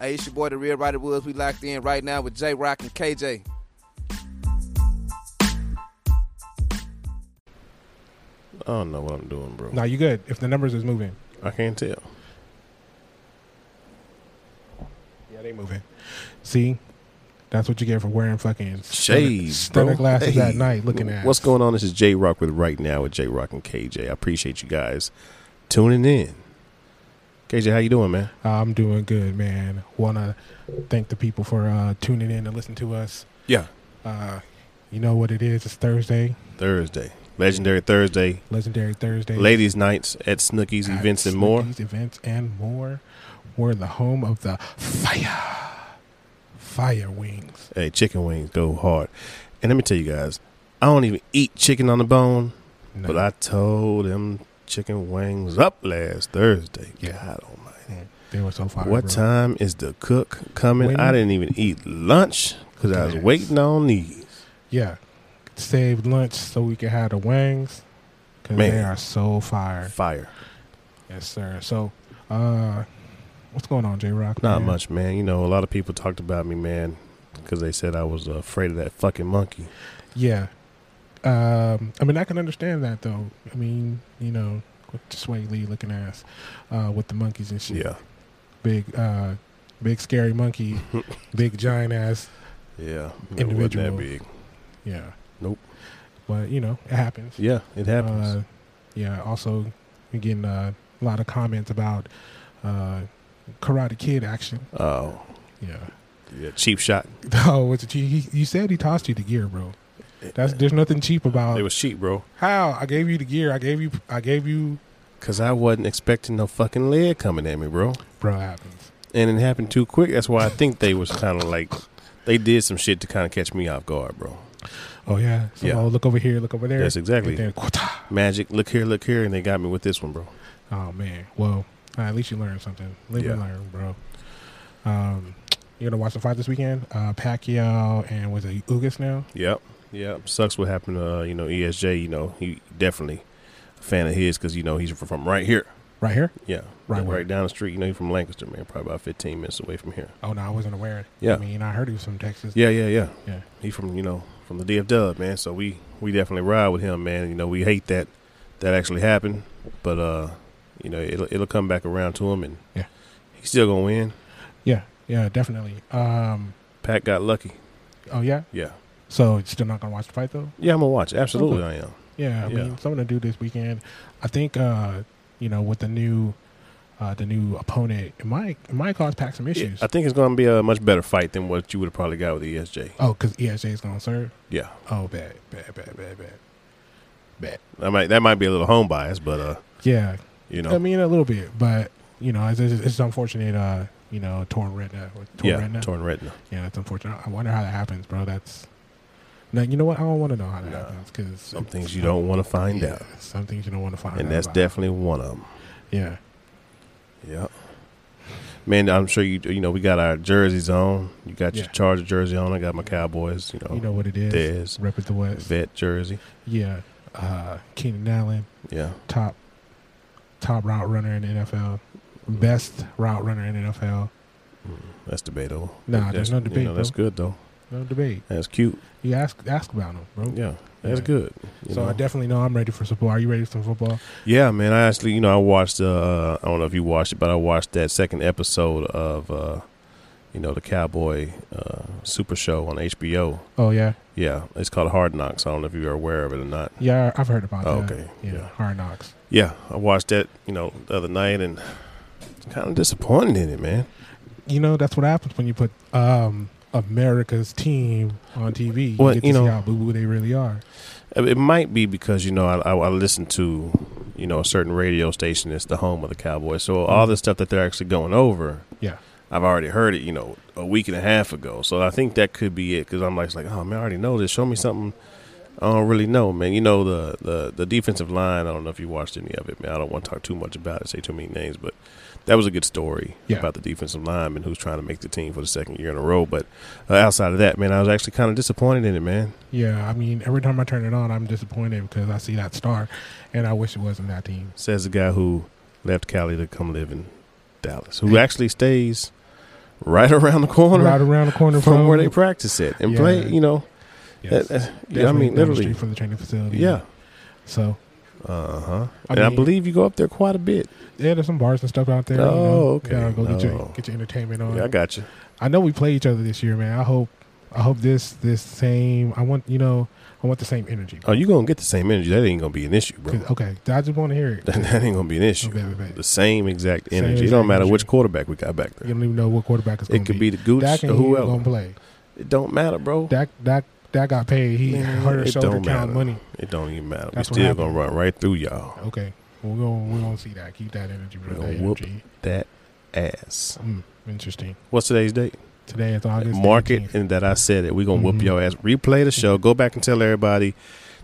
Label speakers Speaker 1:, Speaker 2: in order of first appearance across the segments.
Speaker 1: Hey, it's your boy, the Real Rider Woods. We locked in right now with J Rock and KJ.
Speaker 2: I don't know what I'm doing, bro.
Speaker 3: No, you good. If the numbers is moving.
Speaker 2: I can't tell.
Speaker 3: Yeah, they moving. See? That's what you get for wearing fucking
Speaker 2: Shade,
Speaker 3: stunner
Speaker 2: bro.
Speaker 3: glasses
Speaker 2: Hey.
Speaker 3: at night looking at
Speaker 2: What's going on? This is J Rock with Right Now with J Rock and KJ. I appreciate you guys tuning in. KJ, how you doing, man?
Speaker 3: Uh, I'm doing good, man. Wanna thank the people for uh, tuning in and listening to us.
Speaker 2: Yeah.
Speaker 3: Uh, you know what it is, it's Thursday,
Speaker 2: Thursday. Legendary Thursday.
Speaker 3: legendary Thursday.
Speaker 2: Ladies' nights at Snookies,
Speaker 3: At
Speaker 2: events, and more.
Speaker 3: Snooki's Events and more. We're the home of the fire fire wings.
Speaker 2: Hey, chicken wings go hard. And let me tell you guys, I don't even eat chicken on the bone,
Speaker 3: No.
Speaker 2: but I told them chicken wings up last Thursday.
Speaker 3: Yeah.
Speaker 2: God almighty.
Speaker 3: they were so fire.
Speaker 2: what
Speaker 3: bro.
Speaker 2: time is the cook coming?
Speaker 3: When-
Speaker 2: I didn't even eat lunch because I was
Speaker 3: Yes.
Speaker 2: waiting on these.
Speaker 3: Yeah. Save lunch so we can have the wings. Cause
Speaker 2: Man.
Speaker 3: they are so fire.
Speaker 2: Fire.
Speaker 3: Yes, sir. So, uh, what's going on, J Rock?
Speaker 2: Not much, man. You know, a lot of people talked about me, man, because they said I was afraid of that fucking monkey.
Speaker 3: Yeah. Um, I mean, I can understand that though. I mean, you know, with the Sway Lee looking ass, uh, with the monkeys and shit.
Speaker 2: Yeah.
Speaker 3: Big, uh, big scary monkey, big giant ass.
Speaker 2: Yeah. It wasn't
Speaker 3: Individual.
Speaker 2: that big.
Speaker 3: Yeah.
Speaker 2: Nope.
Speaker 3: But you know, it happens.
Speaker 2: Yeah, it happens.
Speaker 3: Uh, yeah. Also, we're getting uh, a lot of comments about uh, Karate Kid action.
Speaker 2: oh,
Speaker 3: Yeah.
Speaker 2: yeah. Cheap shot.
Speaker 3: Oh, was it cheap? He, you said he tossed you the gear, bro. That's there's nothing cheap about
Speaker 2: It was cheap, bro.
Speaker 3: how I gave you the gear. I gave you. I gave you.
Speaker 2: Cause I wasn't expecting no fucking leg coming at me, bro.
Speaker 3: Bro, it happens.
Speaker 2: And it happened too quick. That's why I think they was kind of like they did some shit to kind of catch me off guard, bro.
Speaker 3: Oh yeah. So
Speaker 2: Yeah.
Speaker 3: oh, look over here. Look over there.
Speaker 2: That's exactly
Speaker 3: And then, quata.
Speaker 2: magic. Look here, look here, and they got me with this one, bro.
Speaker 3: oh man. Well, uh, at least you learned something. Live and
Speaker 2: Yeah.
Speaker 3: learn, bro. Um, you're gonna watch the fight this weekend. Uh, Pacquiao and was it Ugas now?
Speaker 2: Yep, yep. Sucks what happened to uh, you know ESJ. You know he definitely a fan of his because you know he's from right here.
Speaker 3: Right here.
Speaker 2: Yeah,
Speaker 3: Right
Speaker 2: right,
Speaker 3: where?
Speaker 2: down the street. You know he's from Lancaster, man. Probably about fifteen minutes away from here.
Speaker 3: Oh no, I wasn't aware.
Speaker 2: Yeah.
Speaker 3: I mean, I heard he was from Texas.
Speaker 2: Yeah, yeah, yeah.
Speaker 3: Yeah.
Speaker 2: He from you know from the DFW, man. So we we definitely ride with him, man. You know we hate that that actually happened, but uh, you know it'll it'll come back around to him, and
Speaker 3: Yeah.
Speaker 2: he's still gonna win.
Speaker 3: Yeah. Yeah. Definitely. Um.
Speaker 2: Pat got lucky.
Speaker 3: Oh yeah.
Speaker 2: Yeah,
Speaker 3: So you're still not gonna watch the fight though.
Speaker 2: yeah. I'm gonna watch. Absolutely, I am.
Speaker 3: Yeah, I
Speaker 2: Yeah.
Speaker 3: mean, something to do this weekend. I think uh, you know with the new uh, the new opponent, it might it might cause Pac some issues.
Speaker 2: I think it's gonna be a much better fight than what you would have probably got with ESJ.
Speaker 3: oh, because ESJ is gonna serve.
Speaker 2: Yeah.
Speaker 3: Oh, bad, bad, bad, bad, bad, bad.
Speaker 2: That might that might be a little home bias, but uh,
Speaker 3: Yeah,
Speaker 2: you know,
Speaker 3: I mean a little bit, but you know it's, it's, it's unfortunate. Uh, you know, torn retina. Or torn
Speaker 2: yeah,
Speaker 3: retina.
Speaker 2: torn retina.
Speaker 3: yeah, that's unfortunate. I wonder how that happens, bro. That's now you know what I don't want to know how that
Speaker 2: Nah.
Speaker 3: happens because
Speaker 2: Some things you don't want to find out,
Speaker 3: Some things you don't want to find out.
Speaker 2: and that's
Speaker 3: about.
Speaker 2: definitely one of them.
Speaker 3: Yeah.
Speaker 2: Yeah, man, I'm sure you you know we got our jerseys on. You got your
Speaker 3: Yeah.
Speaker 2: Charger jersey on. I got my Cowboys. You know,
Speaker 3: You know what it is.
Speaker 2: Dez,
Speaker 3: Rep it the West.
Speaker 2: vet jersey.
Speaker 3: Yeah, uh, Keenan Allen,
Speaker 2: Yeah,
Speaker 3: top top route runner in the NFL, best route runner in the NFL.
Speaker 2: that's debatable.
Speaker 3: Nah,
Speaker 2: That's-
Speaker 3: there's no
Speaker 2: you
Speaker 3: debate,
Speaker 2: know, that's good though.
Speaker 3: No debate.
Speaker 2: That's cute.
Speaker 3: You ask ask about him, bro.
Speaker 2: Yeah, that's
Speaker 3: Yeah.
Speaker 2: good. you
Speaker 3: so I
Speaker 2: know.
Speaker 3: definitely know I'm ready for football. Are you ready for some football?
Speaker 2: Yeah, man. I actually, you know, I watched. Uh, I don't know if you watched it, but I watched that second episode of, uh, you know, the Cowboy uh, Super Show on HBO.
Speaker 3: Oh yeah,
Speaker 2: Yeah, it's called Hard Knocks. I don't know if you're aware of it or not.
Speaker 3: yeah. I've heard about
Speaker 2: Oh,
Speaker 3: that.
Speaker 2: okay.
Speaker 3: Yeah,
Speaker 2: Yeah.
Speaker 3: Hard Knocks.
Speaker 2: Yeah, I watched that, you know, the other night, and kind of disappointed in it, man.
Speaker 3: You know that's what happens when you put um, America's team on TV. You
Speaker 2: Well,
Speaker 3: get to
Speaker 2: you know-
Speaker 3: see how boo boo they really are.
Speaker 2: Uh, It it might be because you know I, I, I listen to, you know, a certain radio station that's the home of the Cowboys. So all the stuff that they're actually going over,
Speaker 3: Yeah,
Speaker 2: I've already heard it, you know, a week and a half ago. So I think that could be it because I'm like, it's like, oh man, I already know this. Show me something I don't really know, man. You know the the the defensive line. I don't know if you watched any of it, man. I don't want to talk too much about it, say too many names, but that was a good story
Speaker 3: Yeah.
Speaker 2: about the defensive lineman who's trying to make the team for the second year in a row. But uh, outside of that, man, I was actually kind of disappointed in it, man.
Speaker 3: yeah. I mean, every time I turn it on, I'm disappointed because I see that star, and I wish it wasn't that team.
Speaker 2: Says the guy who left Cali to come live in Dallas, who actually stays right around the corner
Speaker 3: right around the corner
Speaker 2: from, where they practice it and play.
Speaker 3: Yeah.
Speaker 2: You know,
Speaker 3: Yes.
Speaker 2: that- that- yeah, I
Speaker 3: Definitely
Speaker 2: mean
Speaker 3: down the street
Speaker 2: literally,
Speaker 3: from the training facility.
Speaker 2: yeah.
Speaker 3: So
Speaker 2: Uh huh.
Speaker 3: I
Speaker 2: and I
Speaker 3: mean-
Speaker 2: believe you go up there quite a bit.
Speaker 3: yeah, there's some bars and stuff out there. you
Speaker 2: Oh,
Speaker 3: know.
Speaker 2: okay.
Speaker 3: Yeah, go get your
Speaker 2: No.
Speaker 3: get your entertainment on.
Speaker 2: Yeah, I got you.
Speaker 3: I know we play each other this year, man. I hope I hope this this same. I want you know I want the same energy.
Speaker 2: Oh, you gonna get the same energy? That ain't gonna be an issue, bro.
Speaker 3: 'Cause- okay, I just want to hear it.
Speaker 2: That, that ain't gonna be an issue.
Speaker 3: Okay, okay.
Speaker 2: The same exact
Speaker 3: Same
Speaker 2: energy. it
Speaker 3: exact
Speaker 2: don't matter which
Speaker 3: energy.
Speaker 2: quarterback we got back there.
Speaker 3: You don't even know what quarterback is.
Speaker 2: it
Speaker 3: gonna
Speaker 2: could be the Gooch
Speaker 3: Dak
Speaker 2: or
Speaker 3: and who
Speaker 2: whoever.
Speaker 3: gonna play.
Speaker 2: It don't matter, bro.
Speaker 3: Dak Dak Dak got paid. He
Speaker 2: Man,
Speaker 3: hurt
Speaker 2: it
Speaker 3: his shoulder
Speaker 2: don't
Speaker 3: count
Speaker 2: matter.
Speaker 3: money.
Speaker 2: It don't even matter. We
Speaker 3: That's what
Speaker 2: still
Speaker 3: happened.
Speaker 2: gonna run right through y'all.
Speaker 3: Okay, we're gonna we're gonna see that. Keep that energy, bro.
Speaker 2: We're
Speaker 3: That
Speaker 2: gonna whoop.
Speaker 3: energy.
Speaker 2: That ass.
Speaker 3: Mm, interesting.
Speaker 2: What's today's date?
Speaker 3: Today is August.
Speaker 2: Mark it
Speaker 3: 18th.
Speaker 2: and that I said it. We gonna
Speaker 3: Mhm.
Speaker 2: whoop your ass. Replay the show. Go back and tell everybody.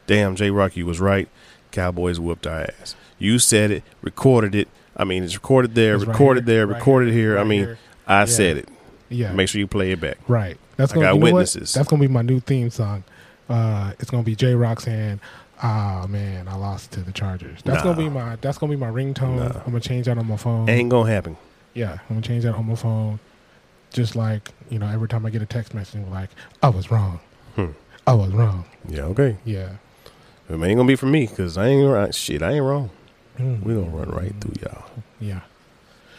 Speaker 2: Damn, J Rock, you was right. Cowboys whooped our ass. You said it. Recorded it. I mean, it's recorded there.
Speaker 3: It's right
Speaker 2: recorded
Speaker 3: here,
Speaker 2: there.
Speaker 3: right
Speaker 2: recorded here. I
Speaker 3: right
Speaker 2: mean,
Speaker 3: here.
Speaker 2: I
Speaker 3: Yeah.
Speaker 2: said it.
Speaker 3: yeah, Mm-hmm.
Speaker 2: Make sure you play it back.
Speaker 3: right. That's
Speaker 2: I
Speaker 3: gonna
Speaker 2: got
Speaker 3: you know what?
Speaker 2: witnesses.
Speaker 3: That's gonna be my new theme song. Uh, it's gonna be J Rock saying, "Ah man, I lost to the Chargers." That's gonna
Speaker 2: Nah.
Speaker 3: be my that's gonna be my ringtone.
Speaker 2: Nah.
Speaker 3: I'm gonna change that on my phone.
Speaker 2: Ain't gonna happen.
Speaker 3: Yeah, I'm gonna change that on my phone. Just like you know, every time I get a text message, like I was wrong.
Speaker 2: Hmm.
Speaker 3: I was wrong.
Speaker 2: Yeah, okay.
Speaker 3: Yeah.
Speaker 2: It ain't gonna be for me because I ain't right. Shit, I ain't wrong.
Speaker 3: Mm.
Speaker 2: We gonna run right through y'all.
Speaker 3: Yeah.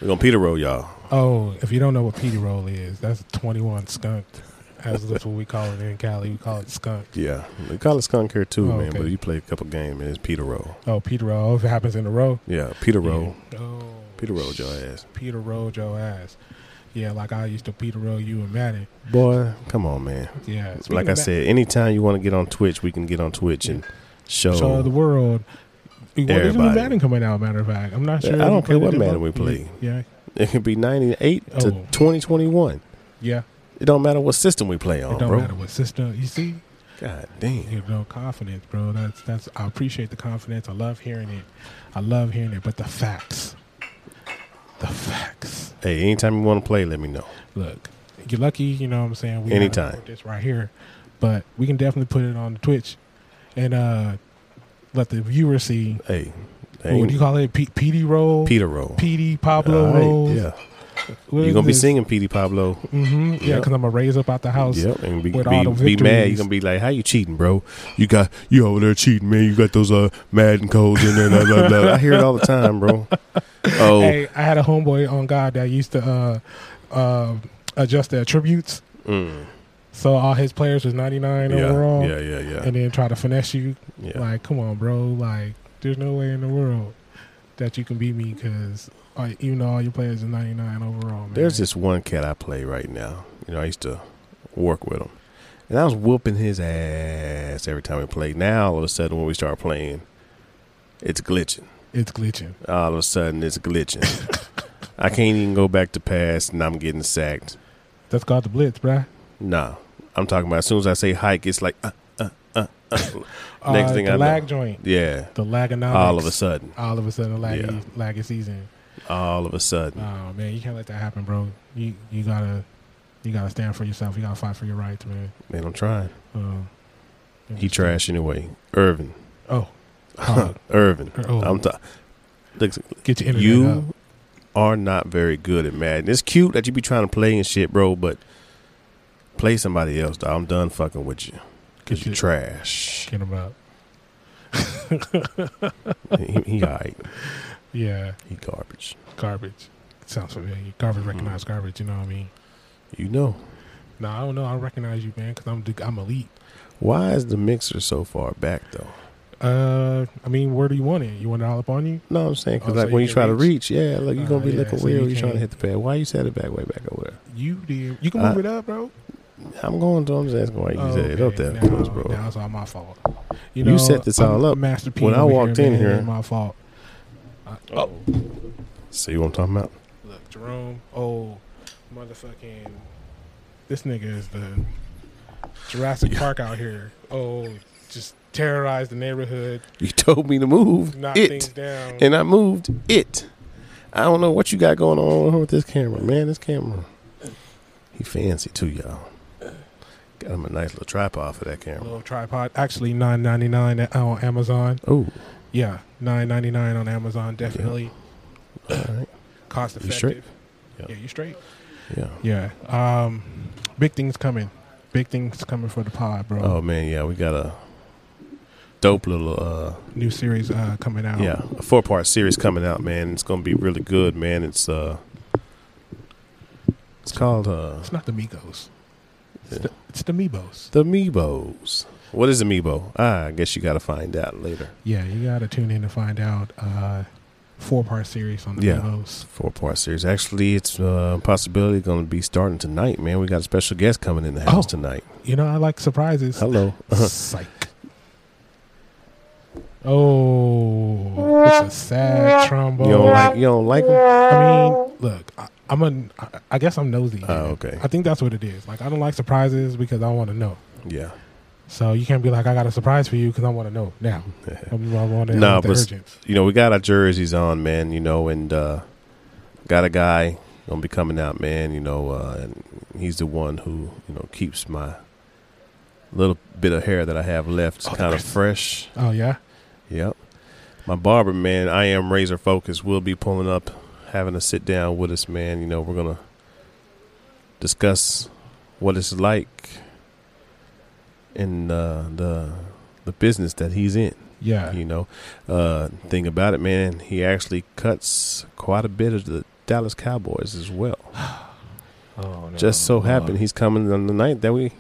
Speaker 2: We gonna Peter roll y'all.
Speaker 3: Oh, if you don't know what Petey roll is, that's 21 skunked. As that's what we call it in Cali. We call it skunk.
Speaker 2: Yeah, we call it skunk here too,
Speaker 3: Oh,
Speaker 2: man.
Speaker 3: okay.
Speaker 2: But you play a couple games and it's Peter roll.
Speaker 3: Oh, Peter roll. If it happens in a row.
Speaker 2: Yeah, Peter roll.
Speaker 3: Oh,
Speaker 2: Peter rolled your ass,
Speaker 3: Peter rolled your ass. Yeah, like I used to Peter roll you and Madden.
Speaker 2: boy. Come on, man.
Speaker 3: Yeah. Speaking
Speaker 2: like I
Speaker 3: of that-
Speaker 2: said, anytime you want to get on Twitch, we can get on Twitch and show.
Speaker 3: show the world. What is new
Speaker 2: oh, Everybody.
Speaker 3: Madden coming out? Matter of fact, I'm not
Speaker 2: Yeah,
Speaker 3: sure.
Speaker 2: I
Speaker 3: if we
Speaker 2: don't
Speaker 3: play
Speaker 2: care what
Speaker 3: the demo.
Speaker 2: Madden we play.
Speaker 3: Yeah,
Speaker 2: It could be ninety eight to
Speaker 3: Oh.
Speaker 2: twenty twenty one.
Speaker 3: yeah.
Speaker 2: It don't matter what system we play on,
Speaker 3: it don't
Speaker 2: Oh, bro.
Speaker 3: matter what system. You see,
Speaker 2: God damn.
Speaker 3: you know, confidence, bro. That's that's. I appreciate the confidence. I love hearing it. I love hearing it. But the facts, the facts.
Speaker 2: Hey, anytime you want to play, let me know.
Speaker 3: Look, you're lucky. You know what I'm saying. We
Speaker 2: Anytime.
Speaker 3: gotta record this right here, but we can definitely put it on Twitch, and uh let the viewer see.
Speaker 2: Hey,
Speaker 3: What would you call it? P- PD roll.
Speaker 2: Peter roll.
Speaker 3: PD Pablo
Speaker 2: All right,
Speaker 3: rolls.
Speaker 2: Yeah, you're gonna be singing Petey Pablo.
Speaker 3: Mm-hmm. Yeah, because
Speaker 2: Yep.
Speaker 3: I'm gonna raise up out the house.
Speaker 2: Yep, and be,
Speaker 3: with all the
Speaker 2: be, be mad.
Speaker 3: victories.
Speaker 2: You're gonna be like, "How you cheating, bro? You got you over there cheating, man. You got those uh Madden codes in there." Blah, blah, blah. I hear it all the time, bro. Oh,
Speaker 3: Hey, I had a homeboy on God that used to uh, uh, adjust their attributes,
Speaker 2: mm,
Speaker 3: so all his players was 99
Speaker 2: yeah,
Speaker 3: overall,
Speaker 2: yeah, yeah, yeah,
Speaker 3: and then try to finesse you.
Speaker 2: yeah.
Speaker 3: Like, come on, bro. Like, there's no way in the world that you can beat me because even though all your players are 99 overall, man.
Speaker 2: There's this one cat I play right now. You know, I used to work with him, and I was whooping his ass every time we played. Now all of a sudden, when we start playing, it's glitching.
Speaker 3: it's glitching.
Speaker 2: All of a sudden, it's glitching. I can't even go back to pass, and I'm getting sacked.
Speaker 3: That's called the blitz, bruh.
Speaker 2: Nah, I'm talking about as soon as I say hike, it's like, uh, uh, uh, uh.
Speaker 3: Uh,
Speaker 2: Next thing
Speaker 3: the
Speaker 2: I know.
Speaker 3: lag joint,
Speaker 2: yeah.
Speaker 3: the lagonomics.
Speaker 2: All of a sudden,
Speaker 3: all of a sudden, laggy,
Speaker 2: Yeah.
Speaker 3: laggy season.
Speaker 2: all of a sudden,
Speaker 3: Oh man, you can't let that happen, bro. You you gotta you gotta stand for yourself. You gotta fight for your rights, man.
Speaker 2: man, I'm trying.
Speaker 3: Um,
Speaker 2: He trash anyway. Irvin,
Speaker 3: Oh, Oh.
Speaker 2: Irvin,
Speaker 3: Oh.
Speaker 2: I'm ta- Look,
Speaker 3: get your internet up.
Speaker 2: you are not very good at Madden. It's cute that you be trying to play and shit, bro, but play somebody else. Dog. I'm done fucking with you because
Speaker 3: Get
Speaker 2: you
Speaker 3: your
Speaker 2: trash.
Speaker 3: get him up.
Speaker 2: he, he alright.
Speaker 3: Yeah,
Speaker 2: He garbage.
Speaker 3: garbage. Sounds familiar.
Speaker 2: Mm-hmm.
Speaker 3: Garbage recognize garbage. You know what I mean?
Speaker 2: You know.
Speaker 3: No, I don't know. I recognize you, man, because I'm the- I'm elite.
Speaker 2: Why is the mixer so far back though?
Speaker 3: Uh, I mean, where do you want it? You want it all up on you?
Speaker 2: No, I'm saying because
Speaker 3: Oh,
Speaker 2: like
Speaker 3: so
Speaker 2: when
Speaker 3: you
Speaker 2: you
Speaker 3: can
Speaker 2: try to
Speaker 3: reach.
Speaker 2: reach, yeah, like you're
Speaker 3: Ah,
Speaker 2: gonna be
Speaker 3: yeah,
Speaker 2: looking
Speaker 3: so
Speaker 2: weird
Speaker 3: you
Speaker 2: when you're trying to
Speaker 3: can't-
Speaker 2: hit the pad. Why you set it back way back over there?
Speaker 3: You did. You can move
Speaker 2: I-
Speaker 3: it up, bro.
Speaker 2: I'm going to. I'm just asking why Uh, you
Speaker 3: Oh,
Speaker 2: set it up
Speaker 3: okay.
Speaker 2: there,
Speaker 3: Now-
Speaker 2: close, bro.
Speaker 3: Now it's all my fault.
Speaker 2: You set this all up.
Speaker 3: Master P
Speaker 2: When I
Speaker 3: over
Speaker 2: walked in
Speaker 3: man,
Speaker 2: here-
Speaker 3: it's my fault. I- oh.
Speaker 2: See what I'm talking about?
Speaker 3: Look, Jerome, oh, motherfucking, this nigga is the Jurassic Park out here. Oh, just terrorize the neighborhood,
Speaker 2: You told me to move
Speaker 3: knock things
Speaker 2: it,
Speaker 3: down.
Speaker 2: and I moved it. I don't know what you got going on with this camera, man. This camera, he fancy too, y'all. Got him a nice little tripod for that camera.
Speaker 3: little tripod, actually nine ninety nine on Amazon.
Speaker 2: Oh,
Speaker 3: Yeah, nine ninety nine on Amazon, definitely
Speaker 2: all right.
Speaker 3: cost
Speaker 2: You straight?
Speaker 3: effective.
Speaker 2: Yeah.
Speaker 3: Yeah, you straight.
Speaker 2: Yeah.
Speaker 3: Yeah. Um, big things coming. Big things coming for the pod, bro.
Speaker 2: Oh man, yeah, we got a dope little uh
Speaker 3: New series uh, coming out.
Speaker 2: yeah, a four part series coming out, man. It's gonna be really good, man. It's uh it's called uh
Speaker 3: It's not the Migos. It's,
Speaker 2: Yeah.
Speaker 3: the, it's the Mebos.
Speaker 2: The Amiibos. What is Amiibo? Ah, I guess you gotta find out later.
Speaker 3: Yeah, you gotta tune in to find out. Uh, four part series on the
Speaker 2: Yeah.
Speaker 3: Migos.
Speaker 2: Four part series. Actually it's uh possibility gonna be starting tonight, man. We got a special guest coming in the house
Speaker 3: Oh.
Speaker 2: tonight.
Speaker 3: You know, I like surprises.
Speaker 2: Hello.
Speaker 3: Psych. Oh, it's a sad trombone.
Speaker 2: You don't like you don't like 'em?
Speaker 3: I mean, look, I, I'm a. I, I guess I'm nosy.
Speaker 2: Oh, okay.
Speaker 3: I think that's what it is. Like, I don't like surprises because I want to know.
Speaker 2: Yeah.
Speaker 3: So you can't be like, I got a surprise for you because I want to know now. I want to
Speaker 2: Nah,
Speaker 3: know the
Speaker 2: but-
Speaker 3: urgent.
Speaker 2: you know, we got our jerseys on, man, you know, and uh, got a guy gonna be coming out, man, you know, uh, and he's the one who, you know, keeps my little bit of hair that I have left
Speaker 3: Oh,
Speaker 2: kind of
Speaker 3: nice.
Speaker 2: fresh.
Speaker 3: Oh yeah,
Speaker 2: Yep. My barber, man, I am razor focused, will be pulling up, having a sit down with us, man. You know, we're gonna discuss what it's like in uh, the the business that he's in
Speaker 3: yeah.
Speaker 2: you know uh thing about it man he actually cuts quite a bit of the dallas cowboys as well
Speaker 3: Oh no.
Speaker 2: just so happened he's coming on the night that we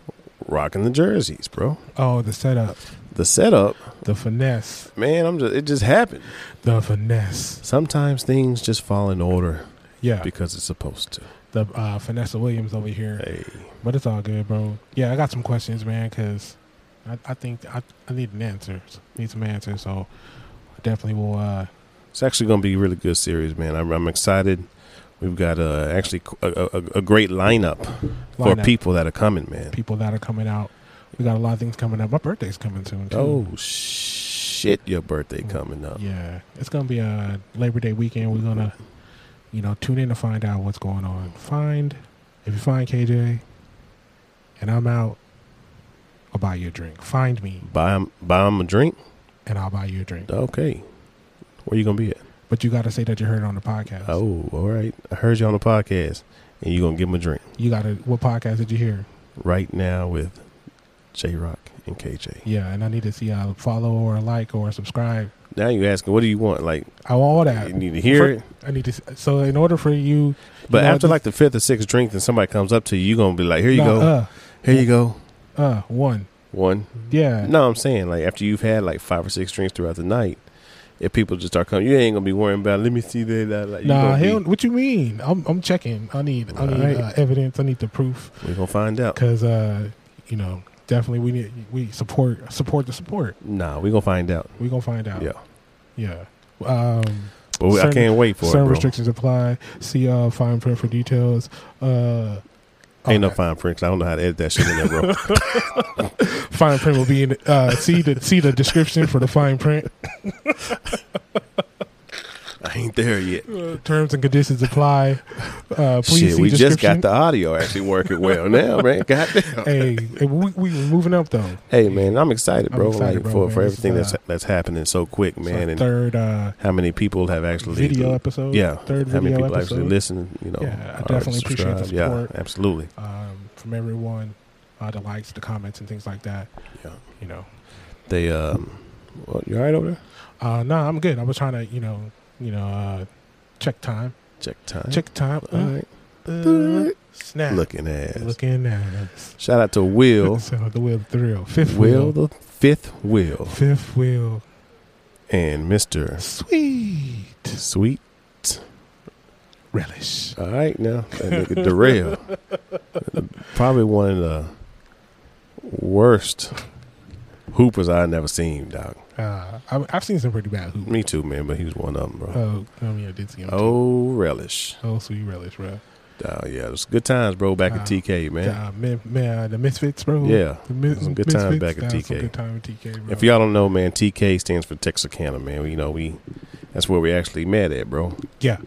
Speaker 2: rocking the jerseys bro
Speaker 3: Oh, the setup,
Speaker 2: the setup
Speaker 3: the finesse,
Speaker 2: man i'm just it just happened
Speaker 3: the finesse.
Speaker 2: sometimes things just fall in order
Speaker 3: Yeah,
Speaker 2: because it's supposed to
Speaker 3: the uh, finesse Williams over here.
Speaker 2: hey
Speaker 3: But it's all good, bro. Yeah, I got some questions, man, because I, I think I, I need an answer. Need some answers, so I definitely will. Uh,
Speaker 2: it's actually gonna be a really good series man i'm, I'm excited we've got uh actually a, a, a- a great lineup for
Speaker 3: line up
Speaker 2: people that are coming man
Speaker 3: people that are coming out. We got a lot of things coming up. My birthday's coming soon. Too.
Speaker 2: oh shit your birthday coming up
Speaker 3: yeah, it's gonna be a Labor Day weekend. We're gonna, you know, tune in to find out what's going on. Find if you find KJ, and I'm out. I'll buy you a drink. Find me,
Speaker 2: buy him buy him a drink
Speaker 3: and I'll buy you a drink.
Speaker 2: Okay. Where you gonna be at?
Speaker 3: But you got to say that you heard it on the podcast.
Speaker 2: Oh, all right. I heard you on the podcast, and you gonna give him a drink
Speaker 3: You got to. What podcast did you hear?
Speaker 2: right now with J Rock and KJ.
Speaker 3: Yeah, and I need to see a follow or a like or a subscribe.
Speaker 2: Now you asking, what do you want? Like
Speaker 3: I want all
Speaker 2: you
Speaker 3: that.
Speaker 2: need to hear it,
Speaker 3: I need to. s- So in order for you,
Speaker 2: but
Speaker 3: know,
Speaker 2: after
Speaker 3: this-
Speaker 2: like the fifth or sixth drink, and somebody comes up to you, you gonna be like, here you
Speaker 3: Nah,
Speaker 2: go,
Speaker 3: Uh,
Speaker 2: here you go,
Speaker 3: uh, one.
Speaker 2: one.
Speaker 3: Yeah.
Speaker 2: No, I'm saying like after you've had like five or six drinks throughout the night, if people just start coming, you ain't gonna be worrying about. Let me see that. that, Like, you
Speaker 3: Nah,
Speaker 2: gonna be-
Speaker 3: hell, what you mean? I'm I'm checking. I need I need
Speaker 2: Alright.
Speaker 3: uh, evidence. I need the proof
Speaker 2: we gonna find out.
Speaker 3: because uh, you know definitely we need we support support the support.
Speaker 2: Nah, we gonna find out.
Speaker 3: We gonna find out.
Speaker 2: Yeah,
Speaker 3: Yeah. Um,
Speaker 2: but we, I
Speaker 3: Certain-
Speaker 2: can't wait for it,
Speaker 3: certain
Speaker 2: bro.
Speaker 3: restrictions apply. See uh, fine print for details. Uh,
Speaker 2: Ain't no
Speaker 3: okay.
Speaker 2: fine print. 'cause I don't know how to edit that shit in there, bro.
Speaker 3: fine print will be in. Uh, see the see the description for the fine print.
Speaker 2: I ain't there yet.
Speaker 3: Uh, terms and conditions apply. Uh, please
Speaker 2: shit,
Speaker 3: see
Speaker 2: we just got
Speaker 3: description.
Speaker 2: the audio actually working well now, man. Goddamn. Hey,
Speaker 3: Hey, hey, we we were moving up though.
Speaker 2: man, I'm excited,
Speaker 3: I'm
Speaker 2: bro.
Speaker 3: excited,
Speaker 2: like
Speaker 3: bro,
Speaker 2: for,
Speaker 3: man.
Speaker 2: for
Speaker 3: This
Speaker 2: everything
Speaker 3: is,
Speaker 2: that's
Speaker 3: uh,
Speaker 2: that's happening so quick, man, and
Speaker 3: it's our third uh,
Speaker 2: how many people have actually
Speaker 3: video episode.
Speaker 2: Yeah,
Speaker 3: third
Speaker 2: how many
Speaker 3: video
Speaker 2: people
Speaker 3: episode.
Speaker 2: actually listen? You know,
Speaker 3: Yeah, I
Speaker 2: or
Speaker 3: definitely appreciate the
Speaker 2: subscribe. Yeah,
Speaker 3: support.
Speaker 2: absolutely.
Speaker 3: um, from everyone, uh, the likes, the comments, and things like that.
Speaker 2: Yeah,
Speaker 3: You know,
Speaker 2: they um, well, you all right over there?
Speaker 3: uh, no, I'm good. I was trying to, you know, you know, uh, check time,
Speaker 2: Check time.
Speaker 3: check time.
Speaker 2: All right.
Speaker 3: Uh, snap.
Speaker 2: Looking ass.
Speaker 3: Looking at us.
Speaker 2: Shout out to Will.
Speaker 3: So the wheel thrill, fifth
Speaker 2: Will
Speaker 3: wheel,
Speaker 2: the fifth Will
Speaker 3: fifth wheel,
Speaker 2: and Mister
Speaker 3: sweet
Speaker 2: Sweet
Speaker 3: relish.
Speaker 2: All right now, that nigga Darrell, probably one of the worst hoopers I never seen, dog.
Speaker 3: Uh, I, I've seen some pretty bad hoops.
Speaker 2: Me too, man. But he was one of them, bro.
Speaker 3: Oh, I mean, I did see him. too.
Speaker 2: Mm-hmm. Oh, relish,
Speaker 3: oh, sweet relish, bro.
Speaker 2: dog. Yeah, it was good times, bro. Back
Speaker 3: Uh,
Speaker 2: at TK, man.
Speaker 3: Uh, man, man, uh, the misfits, bro.
Speaker 2: Yeah,
Speaker 3: the mis-
Speaker 2: some good time
Speaker 3: Misfits,
Speaker 2: back at
Speaker 3: that was some
Speaker 2: TK.
Speaker 3: Good time at TK, bro.
Speaker 2: If y'all don't know, man, TK stands for Texarkana, man. We, you know, we that's where we actually met at, bro.
Speaker 3: yeah,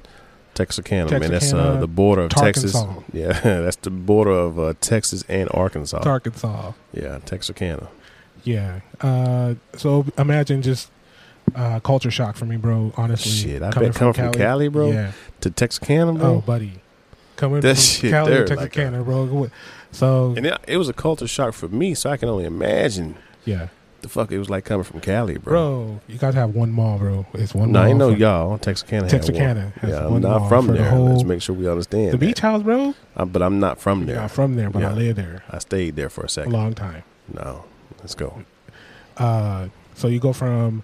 Speaker 2: Texarkana, man. That's uh,
Speaker 3: Texarkana,
Speaker 2: the border of Texas.
Speaker 3: Tarkansas.
Speaker 2: Yeah, that's the border of uh, Texas and Arkansas.
Speaker 3: Arkansas.
Speaker 2: yeah, Texarkana.
Speaker 3: Yeah. Uh, so imagine just uh, culture shock for me, bro. Honestly,
Speaker 2: Shit, I
Speaker 3: coming
Speaker 2: bet coming from Cali, bro,
Speaker 3: Yeah.
Speaker 2: to Texarkana, bro.
Speaker 3: Oh, buddy. coming
Speaker 2: That
Speaker 3: from
Speaker 2: shit
Speaker 3: Cali
Speaker 2: there,
Speaker 3: to
Speaker 2: like, uh,
Speaker 3: Texarkana, bro. What- So
Speaker 2: And it, it was a culture shock for me, so I can only imagine
Speaker 3: yeah,
Speaker 2: the fuck it was like coming from Cali, bro.
Speaker 3: bro, you guys have one mall, bro. It's one.
Speaker 2: no,
Speaker 3: mall
Speaker 2: I know
Speaker 3: for-
Speaker 2: y'all. Texarkana. had
Speaker 3: Texarkana
Speaker 2: one.
Speaker 3: has
Speaker 2: yeah,
Speaker 3: one
Speaker 2: I'm not
Speaker 3: mall
Speaker 2: from
Speaker 3: for the
Speaker 2: there.
Speaker 3: whole-
Speaker 2: Let's make sure we understand.
Speaker 3: The
Speaker 2: that.
Speaker 3: beach house, bro.
Speaker 2: I- but I'm not from
Speaker 3: Yeah,
Speaker 2: there.
Speaker 3: I'm from there, but I
Speaker 2: Yeah.
Speaker 3: live there
Speaker 2: I stayed there for a
Speaker 3: a
Speaker 2: second.
Speaker 3: long time.
Speaker 2: No, let's go.
Speaker 3: Uh, so you go from,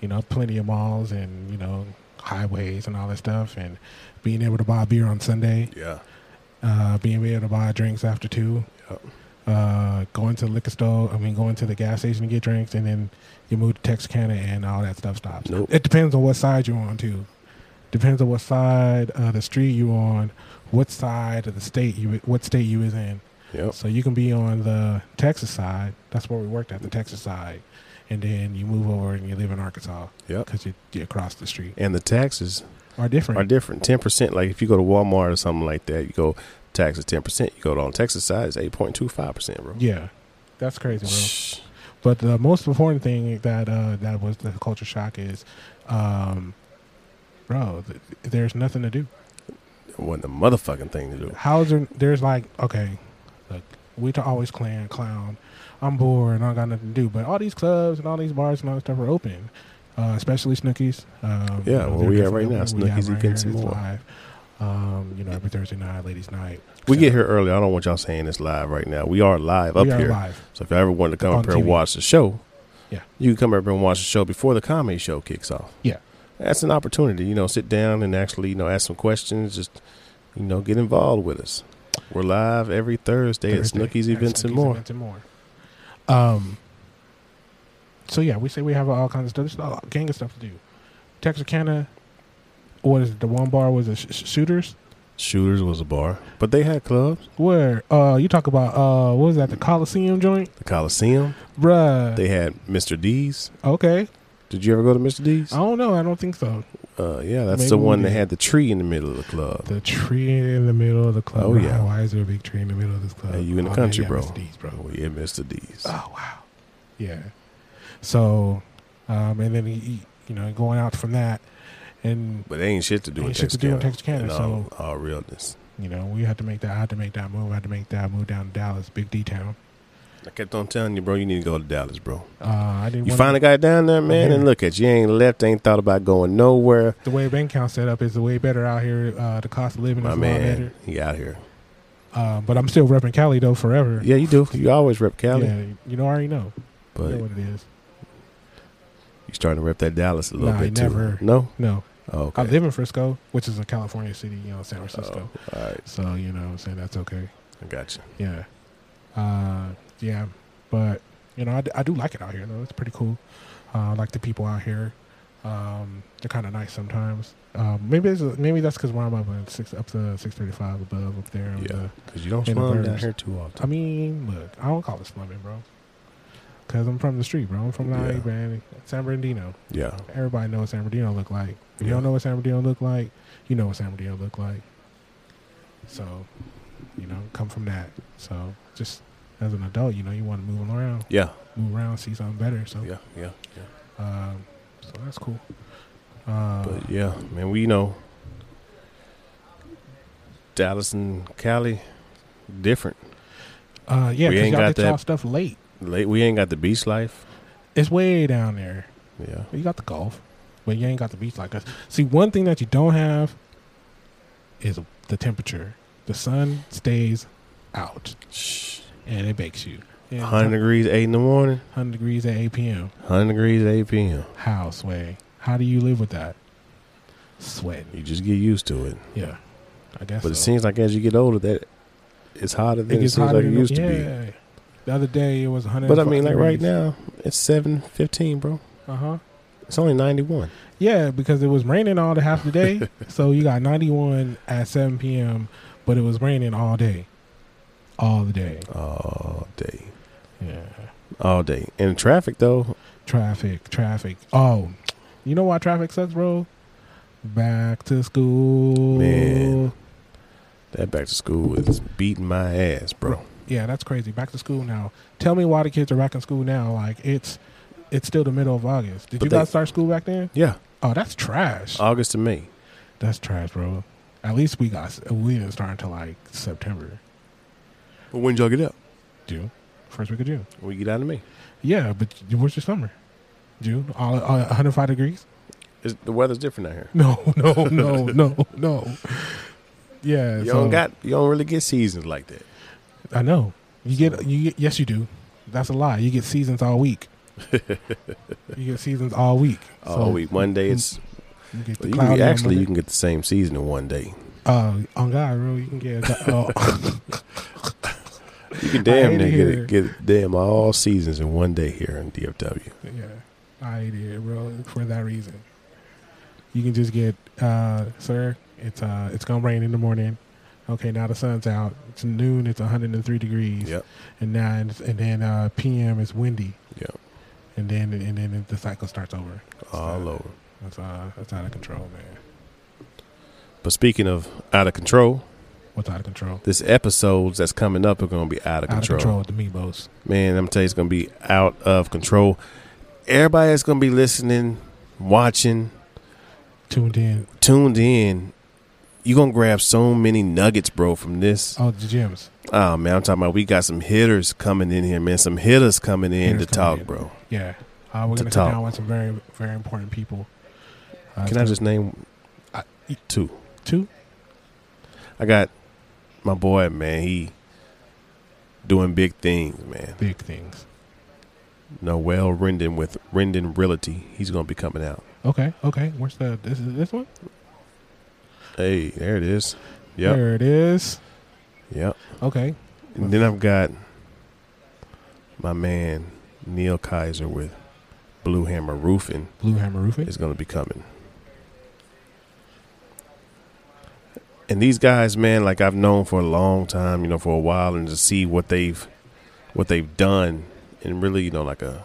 Speaker 3: you know, plenty of malls and you know highways and all that stuff, and being able to buy beer on Sunday,
Speaker 2: Yeah,
Speaker 3: uh, being able to buy drinks after two,
Speaker 2: Yep.
Speaker 3: uh, going to the liquor store. I mean, going to the gas station to get drinks, and then you move to Texarkana, and all that stuff stops.
Speaker 2: Nope.
Speaker 3: It depends on what side you're on too. Depends on what side of the street you're on, what side of the state you what state you is in.
Speaker 2: yep.
Speaker 3: So you can be on the Texas side. That's where we worked at the Texas side, and then you move over and you live in Arkansas.
Speaker 2: Yep.
Speaker 3: because you you across the street
Speaker 2: And the taxes
Speaker 3: are different.
Speaker 2: are different. Ten percent. Like if you go to Walmart or something like that, you go tax is ten percent. You go to on Texas side, it's eight point two five percent, bro.
Speaker 3: yeah, that's crazy, bro.
Speaker 2: Shh.
Speaker 3: But the most important thing that uh, that was the culture shock is, um, bro, th- there's nothing to do.
Speaker 2: It wasn't a motherfucking thing to do.
Speaker 3: How's there? There's like okay, look, we to always clown, clown. I'm bored and I don't got nothing to do. But all these clubs and all these bars and all that stuff are open, uh, especially Snookies. Um,
Speaker 2: Yeah, where
Speaker 3: they're
Speaker 2: we at
Speaker 3: definitely
Speaker 2: right now,
Speaker 3: open. We at
Speaker 2: Snookies in
Speaker 3: right here. It's
Speaker 2: Pensacola.
Speaker 3: live. Um, you know, every Thursday night, ladies' night.
Speaker 2: We
Speaker 3: So,
Speaker 2: get here early. I don't want y'all saying this live right now. We are live up
Speaker 3: we are
Speaker 2: here.
Speaker 3: live.
Speaker 2: So if you ever wanted to come
Speaker 3: On
Speaker 2: up here and
Speaker 3: TV.
Speaker 2: watch the show,
Speaker 3: Yeah.
Speaker 2: you can come up here and watch the show before the comedy show kicks off.
Speaker 3: Yeah.
Speaker 2: that's an opportunity. You know, sit down and actually you know ask some questions. Just you know get involved with us. We're live every Thursday,
Speaker 3: Thursday
Speaker 2: at Snookies
Speaker 3: at
Speaker 2: events and
Speaker 3: Snooki's
Speaker 2: more.
Speaker 3: Events and more. Um. So yeah, we say we have all kinds of stuff. There's a lot- gang of stuff to do. Texarkana, what is it? The one bar was the sh- sh- shooters.
Speaker 2: Shooters was a bar, but they had clubs.
Speaker 3: Where uh, you talk about uh, what was that? The Coliseum joint,
Speaker 2: The Coliseum.
Speaker 3: bruh.
Speaker 2: They had Mr. D's.
Speaker 3: okay,
Speaker 2: Did you ever go to Mr. D's?
Speaker 3: I don't know. I don't think so.
Speaker 2: Uh, yeah, that's
Speaker 3: Oh, Maybe
Speaker 2: the
Speaker 3: we
Speaker 2: one that
Speaker 3: did.
Speaker 2: had the tree in the middle of the club.
Speaker 3: The tree in the middle of the club.
Speaker 2: Oh, yeah.
Speaker 3: Why is there a big tree in the middle of this club?
Speaker 2: Hey, you in the
Speaker 3: Oh,
Speaker 2: country,
Speaker 3: yeah,
Speaker 2: bro.
Speaker 3: Mr. D's, bro.
Speaker 2: Oh yeah, Mr. D's.
Speaker 3: Oh wow, yeah. So, um, and then you, you know going out from that, and
Speaker 2: But they ain't shit to do in
Speaker 3: Ain't shit to do in
Speaker 2: Texarkana.
Speaker 3: Texarkana,
Speaker 2: in all, all realness.
Speaker 3: you know we had to make that. I had to make that move. I had to make that move down to Dallas, Big D town.
Speaker 2: I kept on telling you, bro, you need to go to Dallas, bro.
Speaker 3: Uh, I didn't.
Speaker 2: You
Speaker 3: wanna-
Speaker 2: finally got down there, man,
Speaker 3: Yeah.
Speaker 2: and look at you. Ain't left, ain't thought about going nowhere.
Speaker 3: the way bank account set up is way better out here. Uh, the cost of living
Speaker 2: My
Speaker 3: is a lot
Speaker 2: man,
Speaker 3: better.
Speaker 2: he out here.
Speaker 3: Uh, but I'm still repping Cali though forever.
Speaker 2: Yeah, you do. You always rep Cali,
Speaker 3: Yeah, you know I already know.
Speaker 2: but
Speaker 3: you know what it is.
Speaker 2: you starting to rep that Dallas a little
Speaker 3: Nah, I
Speaker 2: bit
Speaker 3: never-
Speaker 2: too. No,
Speaker 3: No,
Speaker 2: oh, okay.
Speaker 3: I live in Frisco, which is a California city, you know, San Francisco.
Speaker 2: Oh, all right,
Speaker 3: So you know, what I'm saying that's okay.
Speaker 2: I got you.
Speaker 3: Yeah. Uh, yeah. But, you know, I, d- I do like it out here, though. It's pretty cool. Uh, I like the people out here. Um, they're kind of nice sometimes. Um, maybe it's, maybe that's because where I'm up at six, up to six thirty five above up there. with
Speaker 2: Yeah,
Speaker 3: the-
Speaker 2: because you don't
Speaker 3: in the
Speaker 2: slum down
Speaker 3: burbs.
Speaker 2: here too often.
Speaker 3: I mean, look, I don't call it slumming, bro. Cause I'm from the street, bro. I'm from La
Speaker 2: Yeah.
Speaker 3: man. San Bernardino.
Speaker 2: Yeah,
Speaker 3: Everybody knows what San Bernardino look like. If you
Speaker 2: Yeah.
Speaker 3: don't know what San Bernardino look like, you know what San Bernardino look like. So, you know, come from that. So, just as an adult, you know, you want to move around,
Speaker 2: yeah,
Speaker 3: move around, see something better. So,
Speaker 2: yeah, yeah, yeah.
Speaker 3: um, so that's cool. Uh,
Speaker 2: But yeah, man, we know Dallas and Cali different.
Speaker 3: uh, yeah,
Speaker 2: we
Speaker 3: because
Speaker 2: ain't
Speaker 3: y'all
Speaker 2: got
Speaker 3: get y'all
Speaker 2: that-
Speaker 3: stuff late.
Speaker 2: Late, we ain't got the beach life.
Speaker 3: It's way down there.
Speaker 2: Yeah,
Speaker 3: You got the golf, but you ain't got the beach like us. See, one thing that you don't have is the temperature. The sun stays out
Speaker 2: Shh.
Speaker 3: and it bakes you. And
Speaker 2: hundred degrees eight in the morning,
Speaker 3: 100 degrees at 8 p.m.
Speaker 2: hundred degrees eight p.m.
Speaker 3: How, Sway? How do you live with that? Sweating.
Speaker 2: You just get used to it.
Speaker 3: Yeah. I guess
Speaker 2: But it
Speaker 3: so.
Speaker 2: seems like as you get older, that it's hotter than it, seems like it
Speaker 3: than-
Speaker 2: used to
Speaker 3: yeah. The other day it was 100.
Speaker 2: be. But I mean, like right now, it's seven fifteen, bro.
Speaker 3: Uh huh.
Speaker 2: It's only ninety one.
Speaker 3: Yeah, because it was raining all the half the day. so you got 91 at 7 p.m., but it was raining all day. All the day.
Speaker 2: All day,
Speaker 3: Yeah.
Speaker 2: all day. And traffic though,
Speaker 3: Traffic, traffic. Oh, you know why traffic sucks, bro? Back to school.
Speaker 2: Man. that back to school is beating my ass, bro.
Speaker 3: Yeah, that's crazy. Back to school now. Tell me why the kids are back in school now. Like it's it's still the middle of August. Did
Speaker 2: But
Speaker 3: you
Speaker 2: they- Uh,
Speaker 3: guys start school back then?
Speaker 2: Yeah,
Speaker 3: Oh, that's trash.
Speaker 2: August to May.
Speaker 3: that's trash, bro. At least we got we didn't start until like September,
Speaker 2: But when y'all get up?
Speaker 3: June, first week of June.
Speaker 2: When you get out of me?
Speaker 3: Yeah, but where's your summer? June, all, all 105 degrees?
Speaker 2: It's, the weather's different out here.
Speaker 3: No, no, no, no, no. Yeah,
Speaker 2: You
Speaker 3: so-
Speaker 2: don't got. You don't really get seasons like that.
Speaker 3: I know. You get you get, yes you do. That's a lie. You get seasons all week. you get seasons all week.
Speaker 2: All
Speaker 3: So
Speaker 2: week. One day it's.
Speaker 3: You get the
Speaker 2: You
Speaker 3: cloudy
Speaker 2: can,
Speaker 3: on
Speaker 2: actually, you
Speaker 3: Monday.
Speaker 2: can get the same season in one day.
Speaker 3: uh, on God, bro, you can get uh,
Speaker 2: You can
Speaker 3: hate
Speaker 2: damn
Speaker 3: it
Speaker 2: near get
Speaker 3: here.
Speaker 2: it, get it- damn all seasons in one day here in DFW.
Speaker 3: yeah, I hate it, bro, for that reason. You can just get, uh, sir, it's uh, it's gonna rain in the morning. Okay, now the sun's out. It's noon. It's 103 degrees.
Speaker 2: Yep.
Speaker 3: And now it's- and then uh, p.m. is windy.
Speaker 2: Yep.
Speaker 3: And then and then the cycle starts over.
Speaker 2: All over.
Speaker 3: That's uh, that's out of control, man.
Speaker 2: But speaking of out of control,
Speaker 3: What's out of control?
Speaker 2: this episodes that's coming up are going to be out of control.
Speaker 3: Out of control with the Mebos.
Speaker 2: Man, I'm telling you, it's going to be out of control. Everybody that's going to be listening, watching,
Speaker 3: Tuned in.
Speaker 2: tuned in, you're going to grab so many nuggets, bro, from this.
Speaker 3: Oh, the gyms.
Speaker 2: Oh, man, I'm talking about we got some hitters coming in here, man. Some hitters coming in
Speaker 3: Hitters
Speaker 2: to
Speaker 3: coming
Speaker 2: talk,
Speaker 3: in.
Speaker 2: bro.
Speaker 3: Yeah. Uh,
Speaker 2: To
Speaker 3: we're going to sit
Speaker 2: talk.
Speaker 3: down with some very, very important people. Uh,
Speaker 2: Can I just name
Speaker 3: I-
Speaker 2: two?
Speaker 3: Two?
Speaker 2: I got my boy, man. He doing big things, man.
Speaker 3: Big things.
Speaker 2: Noel Rendon with Rendon Realty. He's going to be coming out.
Speaker 3: Okay. Okay. Where's the. This is this one?
Speaker 2: Hey, there it is. Yep.
Speaker 3: There it is.
Speaker 2: Yep.
Speaker 3: Okay.
Speaker 2: And then I've got my man Neil Kaiser with Blue Hammer Roofing
Speaker 3: Blue Hammer Roofing.
Speaker 2: is going to be coming. And these guys, man, like I've known for a long time, you know, for a while, and to see what they've what they've done in really, you know, like a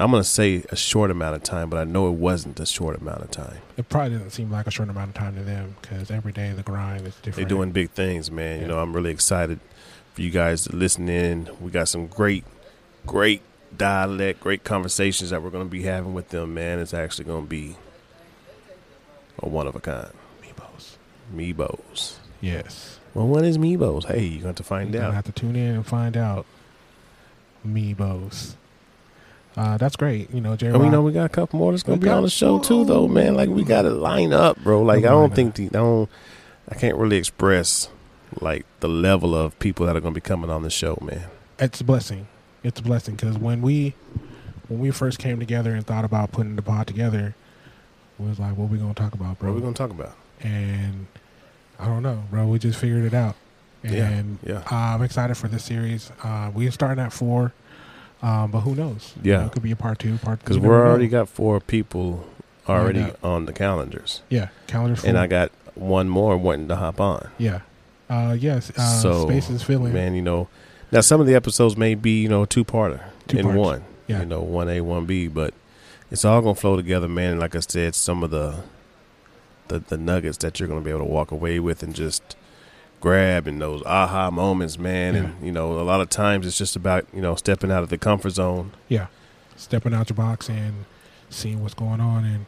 Speaker 2: I'm going to say a short amount of time, but I know it wasn't a short amount of time.
Speaker 3: It probably doesn't seem like a short amount of time to them because every day the grind is different.
Speaker 2: They're doing big things, man.
Speaker 3: Yeah.
Speaker 2: You know, I'm really excited for you guys to listen in. We got some great, great dialect, great conversations that we're going to be having with them, man. It's actually going to be a one of a kind.
Speaker 3: Mebos.
Speaker 2: Mebos.
Speaker 3: Yes.
Speaker 2: Well, what is Mebos? Hey, you're going to have to
Speaker 3: You're
Speaker 2: find
Speaker 3: gonna
Speaker 2: out.
Speaker 3: have to tune in and find out. Mebos. Uh, that's great. You know, Jerry.
Speaker 2: And we know we got a couple more that's going
Speaker 3: We
Speaker 2: to be
Speaker 3: got
Speaker 2: on the show too, though, man. Like we got to line up, bro. Like I
Speaker 3: Line
Speaker 2: don't
Speaker 3: up.
Speaker 2: think the I don't. I can't really express like the level of people that are going to be coming on the show, man.
Speaker 3: it's a blessing. It's a blessing because when we when we first came together and thought about putting the pod together, we was like, "What we gonna talk about,
Speaker 2: What
Speaker 3: bro?"
Speaker 2: are we going to talk about?
Speaker 3: and I don't know, bro. We just figured it out,
Speaker 2: Yeah,
Speaker 3: and uh,
Speaker 2: yeah.
Speaker 3: I'm excited for this series. Uh, we're starting at four, um, but who knows? You
Speaker 2: Yeah.
Speaker 3: know, it could be a part two, part
Speaker 2: Because
Speaker 3: you
Speaker 2: we're
Speaker 3: never know.
Speaker 2: already got four people already
Speaker 3: Lined
Speaker 2: on the calendars,
Speaker 3: yeah calendar full.
Speaker 2: and I got one more wanting to hop on.
Speaker 3: yeah, uh, yes. Uh,
Speaker 2: so
Speaker 3: space is filling.
Speaker 2: man. You know, now some of the episodes may be you know two parter
Speaker 3: Two
Speaker 2: in
Speaker 3: parts.
Speaker 2: one.
Speaker 3: Yeah.
Speaker 2: You know, one A, one B, but it's all gonna flow together, man. And like I said, some of the the the nuggets that you're gonna be able to walk away with and just grab and those aha moments, man. And you know, a lot of times it's just about you know stepping out of the comfort zone.
Speaker 3: Yeah, stepping out your box and seeing what's going on, and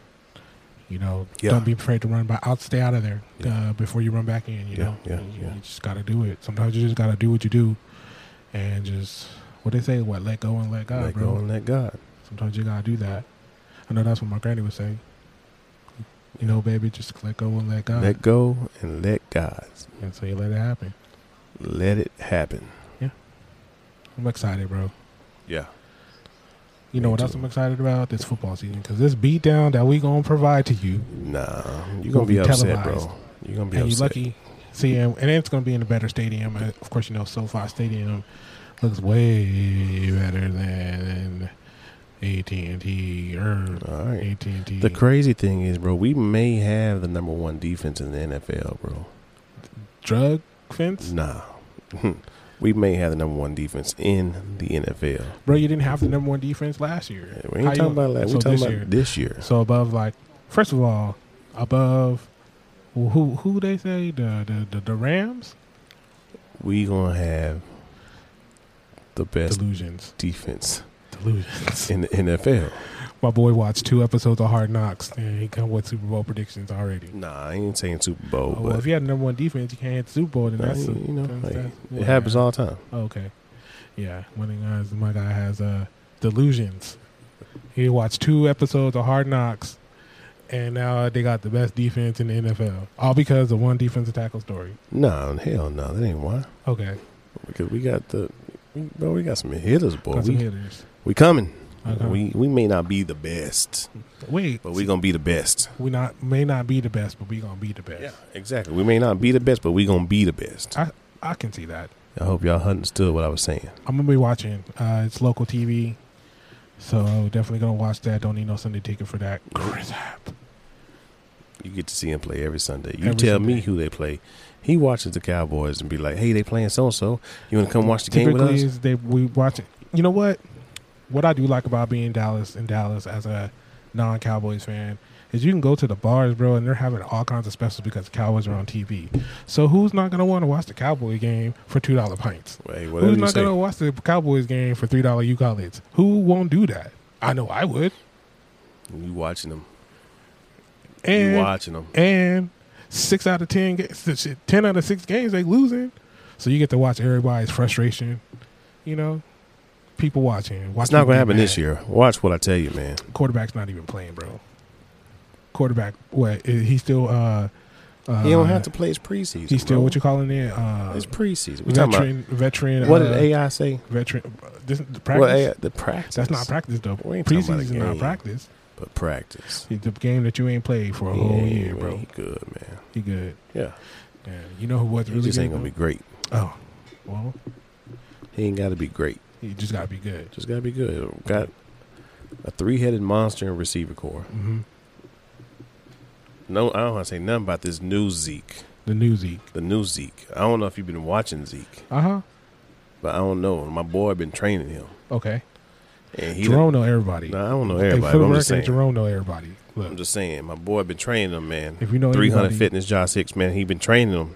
Speaker 3: you know,
Speaker 2: Yeah.
Speaker 3: don't be afraid to run back. Out, stay out of there
Speaker 2: Yeah.
Speaker 3: uh, before you run back in. You
Speaker 2: Yeah,
Speaker 3: know,
Speaker 2: yeah,
Speaker 3: you,
Speaker 2: yeah.
Speaker 3: you just got to do it. Sometimes you just got to do what you do, and just what they say, what let go and let God,
Speaker 2: let
Speaker 3: bro.
Speaker 2: go and let God.
Speaker 3: Sometimes you gotta do that. I know that's what my granny would say. You know, baby, just let go and let God,
Speaker 2: Let go and let God.
Speaker 3: and so you let it happen.
Speaker 2: Let it happen.
Speaker 3: I'm excited, bro.
Speaker 2: Yeah.
Speaker 3: You know
Speaker 2: Me
Speaker 3: what else
Speaker 2: too.
Speaker 3: I'm excited about? This football season, because this beatdown that we gonna provide to you
Speaker 2: Nah, you're
Speaker 3: Will
Speaker 2: gonna
Speaker 3: be
Speaker 2: be upset,
Speaker 3: televised.
Speaker 2: bro. You're gonna be
Speaker 3: and you
Speaker 2: upset.
Speaker 3: lucky. See, and, and it's going to be in a better stadium. Uh, Of course, you know SoFi Stadium looks way better than AT and T or
Speaker 2: All right.
Speaker 3: AT and T.
Speaker 2: The crazy thing is, bro, we may have the number one defense in the NFL, bro.
Speaker 3: drug fence,
Speaker 2: Nah, we may have the number one defense in the NFL.
Speaker 3: bro. You didn't have the number one defense last year.
Speaker 2: We ain't
Speaker 3: How you-
Speaker 2: talking about that.
Speaker 3: so
Speaker 2: We're talking
Speaker 3: this
Speaker 2: about
Speaker 3: year.
Speaker 2: this year.
Speaker 3: So above, like, first of all, above who who, who they say the the the, the Rams
Speaker 2: We gonna have the best
Speaker 3: delusions.
Speaker 2: defense
Speaker 3: Delusions.
Speaker 2: in the NFL.
Speaker 3: My boy watched two episodes of Hard Knocks and he come with Super Bowl predictions already.
Speaker 2: Nah, I ain't saying Super Bowl,
Speaker 3: Oh,
Speaker 2: but
Speaker 3: well, if you had number one defense, you can't hit the Super Bowl, then
Speaker 2: nah,
Speaker 3: that's
Speaker 2: you, you know,
Speaker 3: that's-
Speaker 2: like,
Speaker 3: that's-
Speaker 2: it happens
Speaker 3: yeah.
Speaker 2: all the time.
Speaker 3: Oh, Okay, yeah. One of the guys, my guy has uh, delusions. He watched two episodes of Hard Knocks, and now uh, they got the best defense in the NFL, all because of one defensive tackle story.
Speaker 2: No, hell no, that ain't why.
Speaker 3: Okay,
Speaker 2: Because we got the, we- bro, we got some hitters, boy.
Speaker 3: got
Speaker 2: we
Speaker 3: some hitters.
Speaker 2: we coming.
Speaker 3: Okay.
Speaker 2: We we may not be the best,
Speaker 3: Wait,
Speaker 2: but we gonna be the best.
Speaker 3: we not may not be the best, but we gonna be the best.
Speaker 2: Yeah, exactly. We may not be the best, but we gonna be the best.
Speaker 3: I can see that.
Speaker 2: I hope y'all understood what I was saying.
Speaker 3: I'm gonna be watching. Uh, it's local TV, so definitely gonna watch that. Don't need no Sunday ticket for that. Chris App.
Speaker 2: You get to see him play every Sunday. You
Speaker 3: Every
Speaker 2: tell me
Speaker 3: Sunday.
Speaker 2: who they play. He watches the Cowboys and be like, "Hey, they playing so and so. You want to come watch the game with
Speaker 3: Typically,
Speaker 2: us?"
Speaker 3: is they we watch it. You know what? What I do like about being in Dallas in Dallas as a non-Cowboys fan is you can go to the bars, bro, and they're having all kinds of specials because the Cowboys are on TV. So who's not gonna want to watch the Cowboy game for two dollar pints?
Speaker 2: Hey, whatever
Speaker 3: who's
Speaker 2: you
Speaker 3: not
Speaker 2: say.
Speaker 3: gonna watch the Cowboys game for three dollar U college? Who won't do that? I know I would.
Speaker 2: You watching them?
Speaker 3: And
Speaker 2: you watching them?
Speaker 3: and six out of ten, ga- s- shit, ten out of six games they losing. So you get to watch everybody's frustration. You know, people watching. Watch
Speaker 2: It's not gonna
Speaker 3: people be
Speaker 2: happen
Speaker 3: mad.
Speaker 2: this year. Watch what I tell you, man.
Speaker 3: Quarterback's not even playing, bro. Quarterback, what? i- He still. uh uh
Speaker 2: He don't have to play his preseason.
Speaker 3: He's still
Speaker 2: bro.
Speaker 3: what you calling it? Uh,
Speaker 2: It's preseason. We talking about
Speaker 3: veteran, veteran.
Speaker 2: what
Speaker 3: uh,
Speaker 2: did AI say?
Speaker 3: veteran? uh, This the practice.
Speaker 2: What AI, the practice?
Speaker 3: That's not practice though.
Speaker 2: We ain't talking about
Speaker 3: Preseason
Speaker 2: a
Speaker 3: is not
Speaker 2: game.
Speaker 3: practice.
Speaker 2: but practice.
Speaker 3: It's the game that you ain't played for a whole
Speaker 2: Yeah,
Speaker 3: year,
Speaker 2: man,
Speaker 3: bro.
Speaker 2: He good, man.
Speaker 3: You good?
Speaker 2: Yeah,
Speaker 3: Yeah. You know who was
Speaker 2: he
Speaker 3: really
Speaker 2: just
Speaker 3: good,
Speaker 2: ain't gonna be
Speaker 3: though?
Speaker 2: great.
Speaker 3: Oh, well,
Speaker 2: He ain't got to be great.
Speaker 3: you just gotta be good.
Speaker 2: Just gotta be good. Got a three-headed monster in receiver core.
Speaker 3: hmm
Speaker 2: No, I don't want to say nothing about this new Zeke.
Speaker 3: The new Zeke.
Speaker 2: The new Zeke. I don't know if you've been watching Zeke,
Speaker 3: Uh huh.
Speaker 2: but I don't know. My boy been training him,
Speaker 3: Okay.
Speaker 2: and he.
Speaker 3: Jerome know everybody.
Speaker 2: done- Nah, I don't know
Speaker 3: They
Speaker 2: everybody.
Speaker 3: put
Speaker 2: but I'm
Speaker 3: work
Speaker 2: just
Speaker 3: in,
Speaker 2: saying.
Speaker 3: Jerome know everybody.
Speaker 2: I'm
Speaker 3: Look,
Speaker 2: just saying. My boy been training him, man.
Speaker 3: if you know
Speaker 2: 300
Speaker 3: anybody,
Speaker 2: fitness, John Six, man. He been training them,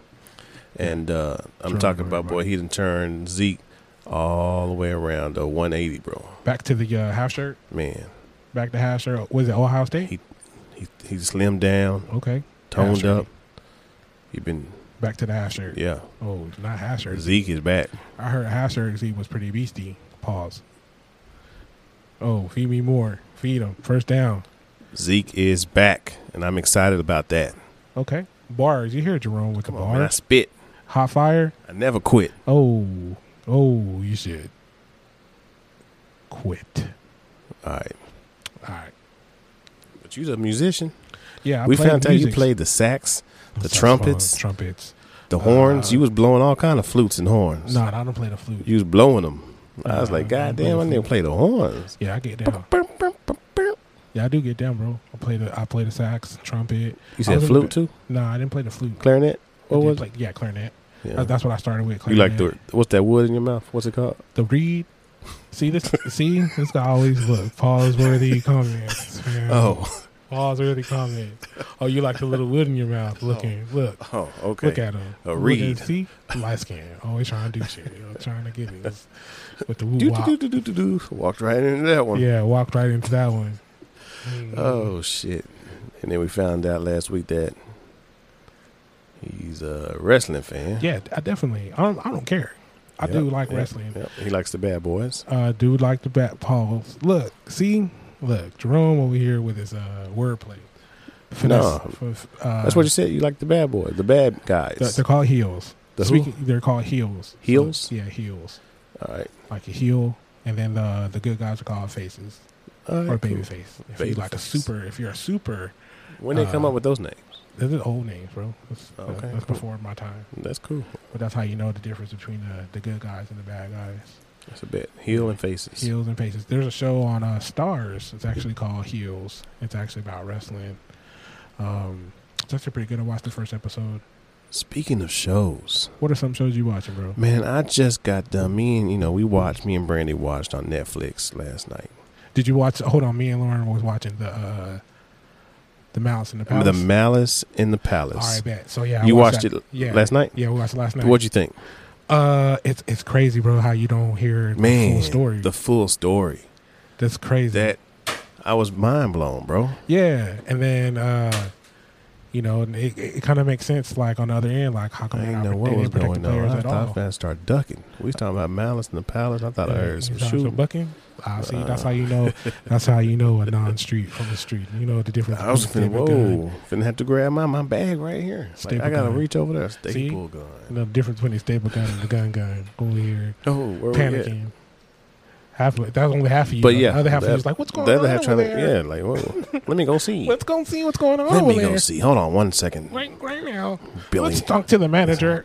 Speaker 2: and uh, I'm
Speaker 3: Training
Speaker 2: talking about boy.
Speaker 3: everybody.
Speaker 2: He done turned Zeke all the way around to 180, bro.
Speaker 3: back to the uh, half shirt.
Speaker 2: Man,
Speaker 3: Back to half shirt. Was it Ohio State?
Speaker 2: He- he he slimmed down,
Speaker 3: okay.
Speaker 2: toned
Speaker 3: Half-shirt.
Speaker 2: up. He been
Speaker 3: Back to the half shirt.
Speaker 2: yeah.
Speaker 3: Oh, not half shirt.
Speaker 2: Zeke is back.
Speaker 3: I heard half shirt he was pretty beastie. Pause. Oh, feed me more. Feed him. First down.
Speaker 2: Zeke is back, and I'm excited about that.
Speaker 3: Okay. Bars. You hear Jerome with
Speaker 2: Come
Speaker 3: the
Speaker 2: on, man, I
Speaker 3: bars?
Speaker 2: spit.
Speaker 3: Hot fire.
Speaker 2: I never quit.
Speaker 3: Oh, oh, you should quit.
Speaker 2: All right,
Speaker 3: All right.
Speaker 2: but you the musician.
Speaker 3: Yeah, I
Speaker 2: we
Speaker 3: played
Speaker 2: found out you
Speaker 3: music.
Speaker 2: played the sax, the
Speaker 3: Saxophone,
Speaker 2: trumpets.
Speaker 3: Trumpets.
Speaker 2: the horns.
Speaker 3: Uh,
Speaker 2: you was blowing all kind of flutes and horns.
Speaker 3: No, I don't play the flute.
Speaker 2: You was blowing them. I was like,
Speaker 3: Uh,
Speaker 2: God damn, I need to play the horns.
Speaker 3: yeah, I get down. Yeah, I do get down, bro. I play the I play the sax, trumpet.
Speaker 2: You
Speaker 3: I
Speaker 2: said
Speaker 3: was in
Speaker 2: flute
Speaker 3: the-
Speaker 2: too?
Speaker 3: No, I didn't play the flute.
Speaker 2: Clarinet?
Speaker 3: I
Speaker 2: What
Speaker 3: did
Speaker 2: was
Speaker 3: play- yeah, clarinet.
Speaker 2: yeah.
Speaker 3: That- That's what I started with.
Speaker 2: You
Speaker 3: Clarinet.
Speaker 2: like the, what's that wood in your mouth? What's it called?
Speaker 3: the reed. See this? see this guy always look pause worthy comments. man.
Speaker 2: Oh,
Speaker 3: pause worthy comments. Oh, you like the little wood in your mouth? Looking, look.
Speaker 2: oh, okay.
Speaker 3: Look at him.
Speaker 2: A
Speaker 3: Look at
Speaker 2: reed.
Speaker 3: him. See? Light skin. Always trying to do shit. You know, trying to get it. It's With the
Speaker 2: Do,
Speaker 3: woo
Speaker 2: do,
Speaker 3: wop.
Speaker 2: do, do, do, do, do. Walked right into that one.
Speaker 3: Yeah, walked right into that one. Mm.
Speaker 2: Oh shit! And then we found out last week that he's a wrestling fan.
Speaker 3: Yeah, I definitely. I don't, I don't care. I do
Speaker 2: Yep,
Speaker 3: like
Speaker 2: yep,
Speaker 3: wrestling.
Speaker 2: Yep. He likes the bad boys.
Speaker 3: Uh, dude like the bat paws. Look, see? Look, Jerome over here with his uh, wordplay.
Speaker 2: No.
Speaker 3: f- uh,
Speaker 2: That's what you said. You like the bad boys, the bad guys.
Speaker 3: th- They're called heels.
Speaker 2: The who?
Speaker 3: Speaking, they're called heels.
Speaker 2: Heels?
Speaker 3: yeah, heels.
Speaker 2: All right.
Speaker 3: Like a heel, and then uh, the the good guys are called faces
Speaker 2: All right,
Speaker 3: or baby
Speaker 2: Oh, cool.
Speaker 3: face. If you
Speaker 2: Baby
Speaker 3: like a
Speaker 2: face.
Speaker 3: super, if you're a super,
Speaker 2: When they come
Speaker 3: Uh,
Speaker 2: up with those names,
Speaker 3: Those are old names, bro. That's,
Speaker 2: Okay,
Speaker 3: that- that's
Speaker 2: cool.
Speaker 3: before my time.
Speaker 2: that's cool.
Speaker 3: But that's how you know the difference between the, the good guys and the bad guys.
Speaker 2: That's a bet. Heel and faces.
Speaker 3: Heels and faces. There's a show on uh, Stars. It's actually called Heels. It's actually about wrestling. Um, it's actually pretty good. I watched the first episode.
Speaker 2: Speaking of shows,
Speaker 3: What are some shows you watching, bro?
Speaker 2: man, I just got done. Me and you know we watched. Me and Brandy watched on Netflix last night.
Speaker 3: Did you watch? Hold on, me and Lauren was watching the uh, the Mouse and the Palace.
Speaker 2: The Malice in the
Speaker 3: All
Speaker 2: Palace.
Speaker 3: right, bet. So yeah, I
Speaker 2: you watched,
Speaker 3: that.
Speaker 2: it
Speaker 3: Yeah,
Speaker 2: last night.
Speaker 3: Yeah, we watched it last night.
Speaker 2: What'd you think?
Speaker 3: uh, it's it's crazy, bro. How you don't hear the
Speaker 2: Man,
Speaker 3: full story?
Speaker 2: The full story.
Speaker 3: That's crazy.
Speaker 2: That I was mind blown, bro.
Speaker 3: yeah, and then uh, you know, and it, it kind of makes sense. Like on the other end, like how come
Speaker 2: I
Speaker 3: they
Speaker 2: didn't
Speaker 3: not-
Speaker 2: know what
Speaker 3: they
Speaker 2: was
Speaker 3: didn't
Speaker 2: going
Speaker 3: protect the
Speaker 2: on.
Speaker 3: players
Speaker 2: I
Speaker 3: at
Speaker 2: thought
Speaker 3: all?
Speaker 2: fans started ducking. We was talking about malice in the palace. I thought I heard some shooting.
Speaker 3: bucking. I Ah, see. That's how
Speaker 2: Uh.
Speaker 3: you know. That's how you know a non-street from the street. You know the difference.
Speaker 2: I was
Speaker 3: between
Speaker 2: finna,
Speaker 3: a stable gun.
Speaker 2: whoa, finna have to grab my, my bag right here. Like,
Speaker 3: Staple
Speaker 2: I gotta
Speaker 3: gun.
Speaker 2: reach over there.
Speaker 3: See?
Speaker 2: Staple gun.
Speaker 3: You know the difference between a stable gun and a gun gun. Over here
Speaker 2: Oh, where we at?
Speaker 3: panicking. Half of it. That's only half of you.
Speaker 2: But
Speaker 3: The
Speaker 2: yeah,
Speaker 3: other half of
Speaker 2: that-
Speaker 3: you is like, "What's going
Speaker 2: The
Speaker 3: on
Speaker 2: other half
Speaker 3: over
Speaker 2: trying to,
Speaker 3: there?
Speaker 2: yeah, like, whoa, let me go see.
Speaker 3: Let's go see what's going on
Speaker 2: Let
Speaker 3: over
Speaker 2: me
Speaker 3: there."
Speaker 2: go see. Hold on one second.
Speaker 3: Right, right now.
Speaker 2: Billy,
Speaker 3: Let's talk to the manager.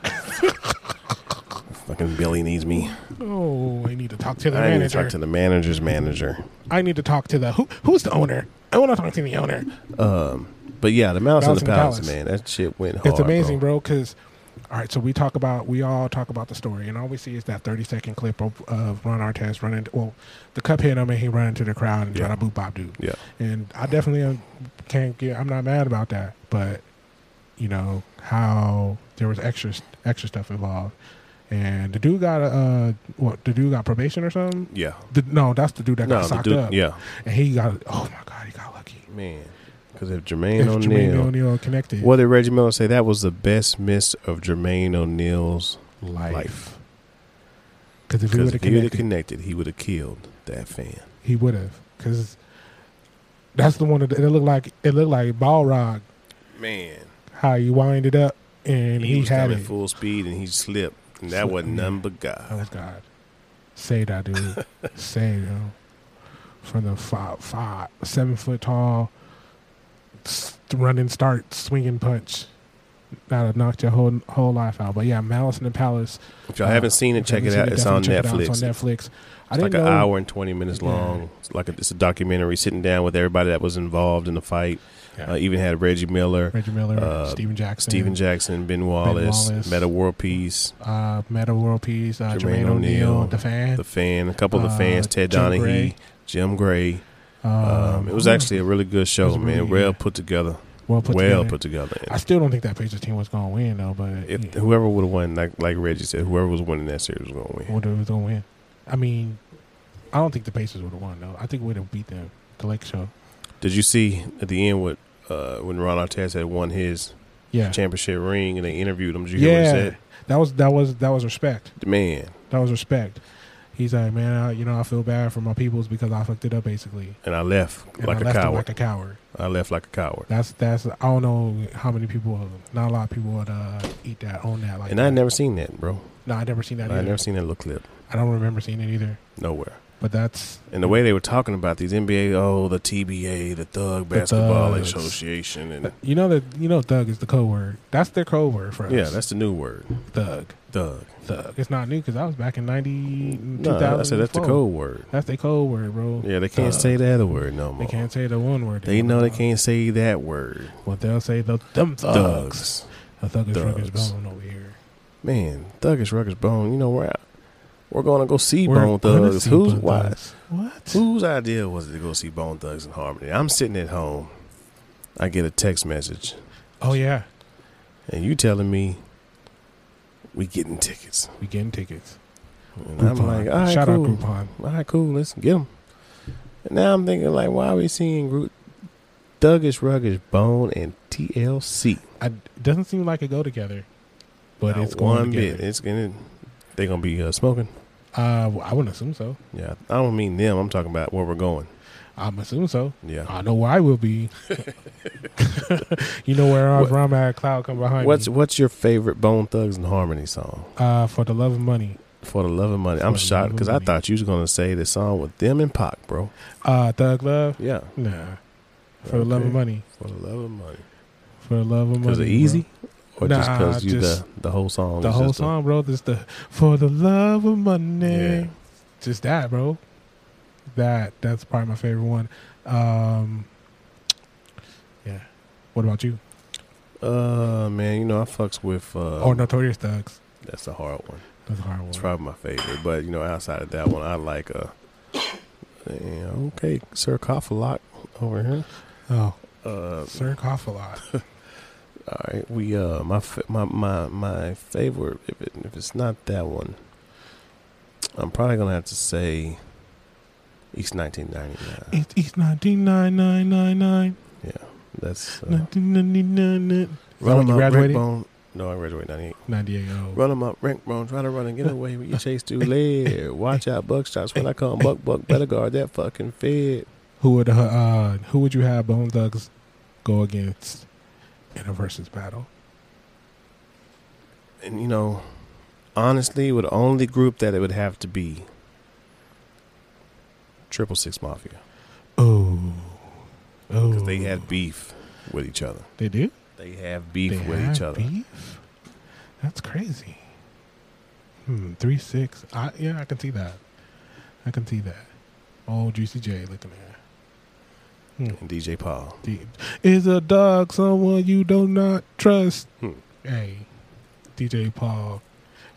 Speaker 2: fucking Billy needs me.
Speaker 3: oh, I need to talk to the
Speaker 2: I need to
Speaker 3: manager.
Speaker 2: talk to the manager's manager.
Speaker 3: I need to talk to the who? Who's the owner? I want to talk to the owner.
Speaker 2: Um, but yeah, the malice in
Speaker 3: Malice
Speaker 2: the palace, man. That shit went hard.
Speaker 3: It's amazing, bro. Because all right, so we talk about we all talk about the story, and all we see is that thirty second clip of, of Ron Artest running. Well, the Cuphead, I mean, he running to the crowd and trying
Speaker 2: Yeah.
Speaker 3: to boot Bob Dude.
Speaker 2: Yeah.
Speaker 3: And I definitely am, can't get. I'm not mad about that, but you know how there was extra extra stuff involved, and the dude got uh what the dude got probation or something.
Speaker 2: Yeah.
Speaker 3: The, no, that's the dude that got
Speaker 2: No, the
Speaker 3: socked
Speaker 2: dude,
Speaker 3: up.
Speaker 2: yeah,
Speaker 3: and he got. Oh my god, he got lucky.
Speaker 2: man. Because if Jermaine
Speaker 3: If Jermaine
Speaker 2: O'Neal,
Speaker 3: O'Neal connected.
Speaker 2: what did Reggie Miller say? That was the best miss of Jermaine O'Neal's
Speaker 3: life.
Speaker 2: Life.
Speaker 3: Because if he
Speaker 2: Because
Speaker 3: would
Speaker 2: if
Speaker 3: have
Speaker 2: he would have
Speaker 3: connected,
Speaker 2: connected, he would have killed that fan.
Speaker 3: he would have. Because that's the one that it looked like. It looked like Balrog
Speaker 2: Man,
Speaker 3: how he wound it up, and
Speaker 2: he,
Speaker 3: he,
Speaker 2: was
Speaker 3: had
Speaker 2: coming
Speaker 3: it.
Speaker 2: full speed and he slipped, and that
Speaker 3: Slipped,
Speaker 2: wasn't
Speaker 3: yeah.
Speaker 2: none but God.
Speaker 3: Oh God, save that dude, save him from the five, five, seven foot tall s- running start swinging punch. That'll knock your whole whole life out. But yeah, Malice in the Palace.
Speaker 2: If y'all
Speaker 3: Uh,
Speaker 2: haven't seen it,
Speaker 3: if you
Speaker 2: check it
Speaker 3: haven't
Speaker 2: out.
Speaker 3: seen
Speaker 2: It's on Netflix.
Speaker 3: definitely check it out. It's on Netflix. I
Speaker 2: It's like
Speaker 3: didn't
Speaker 2: an
Speaker 3: know-
Speaker 2: hour and twenty minutes
Speaker 3: Yeah.
Speaker 2: long. It's like a, it's a documentary. Sitting down with everybody that was involved in the fight.
Speaker 3: Yeah.
Speaker 2: Uh, even had Reggie Miller,
Speaker 3: Reggie Miller,
Speaker 2: uh,
Speaker 3: Steven Jackson,
Speaker 2: Steven Jackson, Ben Wallace,
Speaker 3: Wallace.
Speaker 2: Meta War Peace,
Speaker 3: uh, Meta World Peace, uh,
Speaker 2: Jermaine
Speaker 3: Jermaine O'Neal,
Speaker 2: O'Neal,
Speaker 3: the fan.
Speaker 2: the fan, a couple of the
Speaker 3: Uh,
Speaker 2: fans, Ted
Speaker 3: Jim
Speaker 2: Donahue,
Speaker 3: Gray.
Speaker 2: Jim Gray.
Speaker 3: um,
Speaker 2: Um, it was actually a really good show,
Speaker 3: was
Speaker 2: man.
Speaker 3: really-
Speaker 2: well put together.
Speaker 3: well put.
Speaker 2: well
Speaker 3: together.
Speaker 2: put together.
Speaker 3: I still don't think that Pacers team was going to win though, but
Speaker 2: if
Speaker 3: yeah,
Speaker 2: whoever would have won, like like Reggie said, whoever was winning that series was gonna win.
Speaker 3: wonder who was going to win. I mean, I don't think the Pacers would have won though. I think we'd have beat them. The Lake Show,
Speaker 2: Did you see at the end what uh, when Ron Artest had won his
Speaker 3: yeah,
Speaker 2: championship ring and they interviewed him? Did you hear what he
Speaker 3: yeah.
Speaker 2: said?
Speaker 3: That was that was that was respect.
Speaker 2: Man,
Speaker 3: That was respect. He's like, man, I, you know, I feel bad for my peoples because I fucked it up basically,
Speaker 2: and I left
Speaker 3: and
Speaker 2: like
Speaker 3: I
Speaker 2: a
Speaker 3: left them
Speaker 2: coward.
Speaker 3: like a coward.
Speaker 2: I left like a coward.
Speaker 3: That's that's I don't know how many people, not a lot of people would uh, eat that on that. Like,
Speaker 2: And I
Speaker 3: that.
Speaker 2: never seen that, bro.
Speaker 3: no, I never seen that.
Speaker 2: I
Speaker 3: either.
Speaker 2: never seen that little clip
Speaker 3: I don't remember seeing it either.
Speaker 2: nowhere.
Speaker 3: But that's
Speaker 2: And the way they were talking about these NBA, oh, the TBA, the Thug Basketball
Speaker 3: thugs.
Speaker 2: Association, and
Speaker 3: you know that you know thug is the code word. That's their code word for us.
Speaker 2: yeah, that's the new word,
Speaker 3: thug.
Speaker 2: Thug.
Speaker 3: Thug. It's not new because I was back in ninety two
Speaker 2: No,
Speaker 3: thousand.
Speaker 2: I said that's the code word.
Speaker 3: That's their code word, bro.
Speaker 2: Yeah, they can't
Speaker 3: Thug.
Speaker 2: say the other word no more.
Speaker 3: They can't say the one word.
Speaker 2: They know
Speaker 3: wanna
Speaker 2: they
Speaker 3: talk.
Speaker 2: can't say that word.
Speaker 3: Well, they'll say the them thugs.
Speaker 2: Thugs.
Speaker 3: A thug is rugged
Speaker 2: Thugs.
Speaker 3: bone over here.
Speaker 2: Man, Thug is Ruckus Bone. You know, we're out. We're going to go see
Speaker 3: We're
Speaker 2: Bone
Speaker 3: gonna
Speaker 2: Thugs.
Speaker 3: see
Speaker 2: Who's
Speaker 3: Bone
Speaker 2: why?
Speaker 3: Thugs. What?
Speaker 2: Whose idea was it to go see Bone Thugs in Harmony? I'm sitting at home. I get a text message,
Speaker 3: Oh yeah,
Speaker 2: and you telling me we getting tickets.
Speaker 3: we getting tickets.
Speaker 2: And I'm
Speaker 3: Groupon.
Speaker 2: like, all right,
Speaker 3: shout
Speaker 2: cool.
Speaker 3: out Groupon.
Speaker 2: All right, cool. Let's get them. And now I'm thinking, like, why are we seeing Group Thuggish, Ruggish, Bone, and TLC?
Speaker 3: I, it doesn't seem like it go together, but
Speaker 2: Not
Speaker 3: it's going
Speaker 2: one
Speaker 3: together.
Speaker 2: bit. It's gonna. They gonna be uh, smoking.
Speaker 3: Uh, well, I wouldn't assume so.
Speaker 2: Yeah, I don't mean them. I'm talking about where we're going.
Speaker 3: I'm assuming so.
Speaker 2: Yeah.
Speaker 3: I know where I will be. you know where I was
Speaker 2: What-
Speaker 3: around at cloud come behind
Speaker 2: What's
Speaker 3: me.
Speaker 2: What's your favorite Bone Thugs and Harmony song?
Speaker 3: Uh, for the love of money.
Speaker 2: For the love of money,
Speaker 3: For
Speaker 2: I'm
Speaker 3: the love
Speaker 2: shocked
Speaker 3: of
Speaker 2: because I
Speaker 3: money.
Speaker 2: thought you was gonna say the song with them and Pac, bro.
Speaker 3: Uh, thug love.
Speaker 2: Yeah.
Speaker 3: Nah. For the love of
Speaker 2: Okay.
Speaker 3: money.
Speaker 2: For the love of money.
Speaker 3: For the love of money.
Speaker 2: Because it easy, or just
Speaker 3: Nah,
Speaker 2: because you
Speaker 3: just-
Speaker 2: the the whole song.
Speaker 3: Bro. The
Speaker 2: is
Speaker 3: whole
Speaker 2: just a-
Speaker 3: song, bro. Just the for the love of money.
Speaker 2: Yeah.
Speaker 3: Just that, bro. That that's probably my favorite one. Um, yeah. What about you?
Speaker 2: Uh man, you know I fucks with. Uh,
Speaker 3: or Notorious Thugs.
Speaker 2: That's a hard one.
Speaker 3: That's a hard one.
Speaker 2: It's probably my favorite, but you know outside of that one, I like uh, yeah, okay, Sir Coughlot over here.
Speaker 3: Oh,
Speaker 2: Uh,
Speaker 3: Sir Cough a lot.
Speaker 2: All right, we uh, my fa- my my my favorite. If it, if it's not that one, I'm probably gonna have to say East 1999.
Speaker 3: It's, it's 1999.
Speaker 2: Yeah, that's uh,
Speaker 3: 1999.
Speaker 2: run
Speaker 3: when
Speaker 2: them
Speaker 3: you
Speaker 2: up,
Speaker 3: graduated?
Speaker 2: Rickbone. No, I graduated 98.
Speaker 3: 98 oh.
Speaker 2: Run them up, Rickbone. Try to run and get away with your chase too late. Watch out, buck shots when I come. Buck, buck, better guard that fucking fed.
Speaker 3: Who would uh, uh who would you have Bone Thugs go against in a versus battle?
Speaker 2: And you know, honestly, with the only group that it would have to be Triple Six Mafia
Speaker 3: Oh, oh,
Speaker 2: because they had beef with each other.
Speaker 3: they did
Speaker 2: They have beef
Speaker 3: They
Speaker 2: with
Speaker 3: had
Speaker 2: each other.
Speaker 3: Beef? That's crazy. Hmm, three six. I yeah, I can see that. I can see that. Oh, Juicy J looking there. Hmm.
Speaker 2: And DJ Paul.
Speaker 3: D- Is a dog someone you do not trust?
Speaker 2: Hmm.
Speaker 3: Hey, DJ Paul.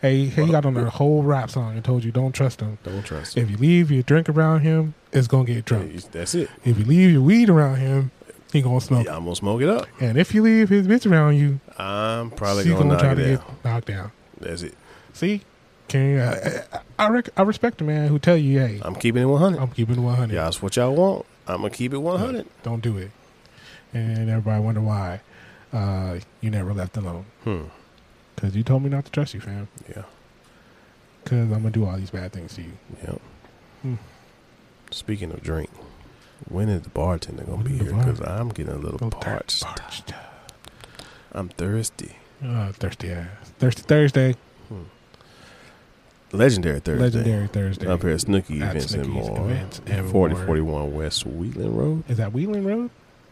Speaker 3: Hey, hey, he got on a whole rap song and told you don't trust him.
Speaker 2: Don't trust him.
Speaker 3: If you leave your drink around him, it's gonna get drunk.
Speaker 2: That's it.
Speaker 3: If you leave your weed around him, he gonna smoke.
Speaker 2: Yeah, I'm gonna smoke it up.
Speaker 3: it. And if you leave his bitch around you,
Speaker 2: I'm probably
Speaker 3: she
Speaker 2: gonna,
Speaker 3: gonna,
Speaker 2: knock
Speaker 3: try
Speaker 2: it
Speaker 3: to
Speaker 2: down.
Speaker 3: get knocked down.
Speaker 2: That's it.
Speaker 3: See, can I, I, I, rec- I respect a man who tell you, hey,
Speaker 2: I'm keeping it 100.
Speaker 3: I'm keeping it 100.
Speaker 2: Y'all, that's what y'all want. I'm gonna keep it 100.
Speaker 3: Don't do it. And everybody wonder why uh, you never left alone.
Speaker 2: Hmm.
Speaker 3: Because you told me not to trust you, fam.
Speaker 2: Yeah.
Speaker 3: Because I'm going to do all these bad things to you.
Speaker 2: Yep.
Speaker 3: Hmm.
Speaker 2: Speaking of drink, when is the bartender gonna
Speaker 3: When
Speaker 2: be
Speaker 3: is the
Speaker 2: here? Because
Speaker 3: bar-
Speaker 2: I'm getting a little
Speaker 3: Little
Speaker 2: parched.
Speaker 3: thir- parched.
Speaker 2: I'm thirsty.
Speaker 3: Uh, thirsty ass. Thirsty Thursday.
Speaker 2: Legendary Thursday.
Speaker 3: Legendary Thursday.
Speaker 2: Up here at Snooki
Speaker 3: At
Speaker 2: Events and
Speaker 3: Snooki's
Speaker 2: more.
Speaker 3: Events and
Speaker 2: 4041 West Wheatland Road.
Speaker 3: Is that Wheatland Road?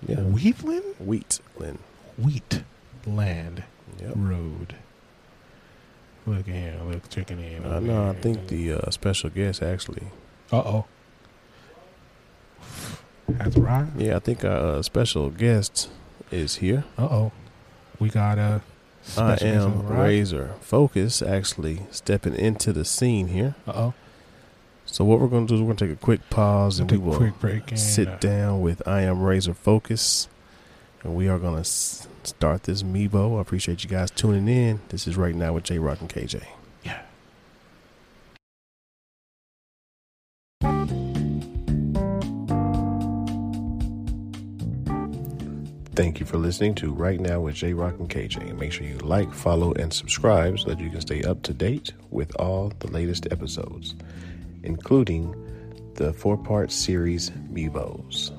Speaker 2: Yeah.
Speaker 3: Wheatland?
Speaker 2: Wheatland.
Speaker 3: Wheatland
Speaker 2: Yep.
Speaker 3: Road. Look at him. Look, checking in.
Speaker 2: I know. Uh, I think the uh, special guest actually.
Speaker 3: Uh oh. That's right.
Speaker 2: Yeah, I think our uh, special guest is here.
Speaker 3: Uh oh. We got a.
Speaker 2: I am Razor Focus actually stepping into the scene here.
Speaker 3: Uh oh.
Speaker 2: So what we're going to do is we're going to take a quick pause and
Speaker 3: Take
Speaker 2: we will
Speaker 3: a quick break and
Speaker 2: sit
Speaker 3: uh,
Speaker 2: down with I am Razor Focus, and we are going to s- start this Mebo. I appreciate you guys tuning in. This is right now with J Rock and KJ.
Speaker 3: Yeah.
Speaker 2: Thank you for listening to Right Now with J Rock and KJ. Make sure you like, follow, and subscribe so that you can stay up to date with all the latest episodes, including the four part series Mebos.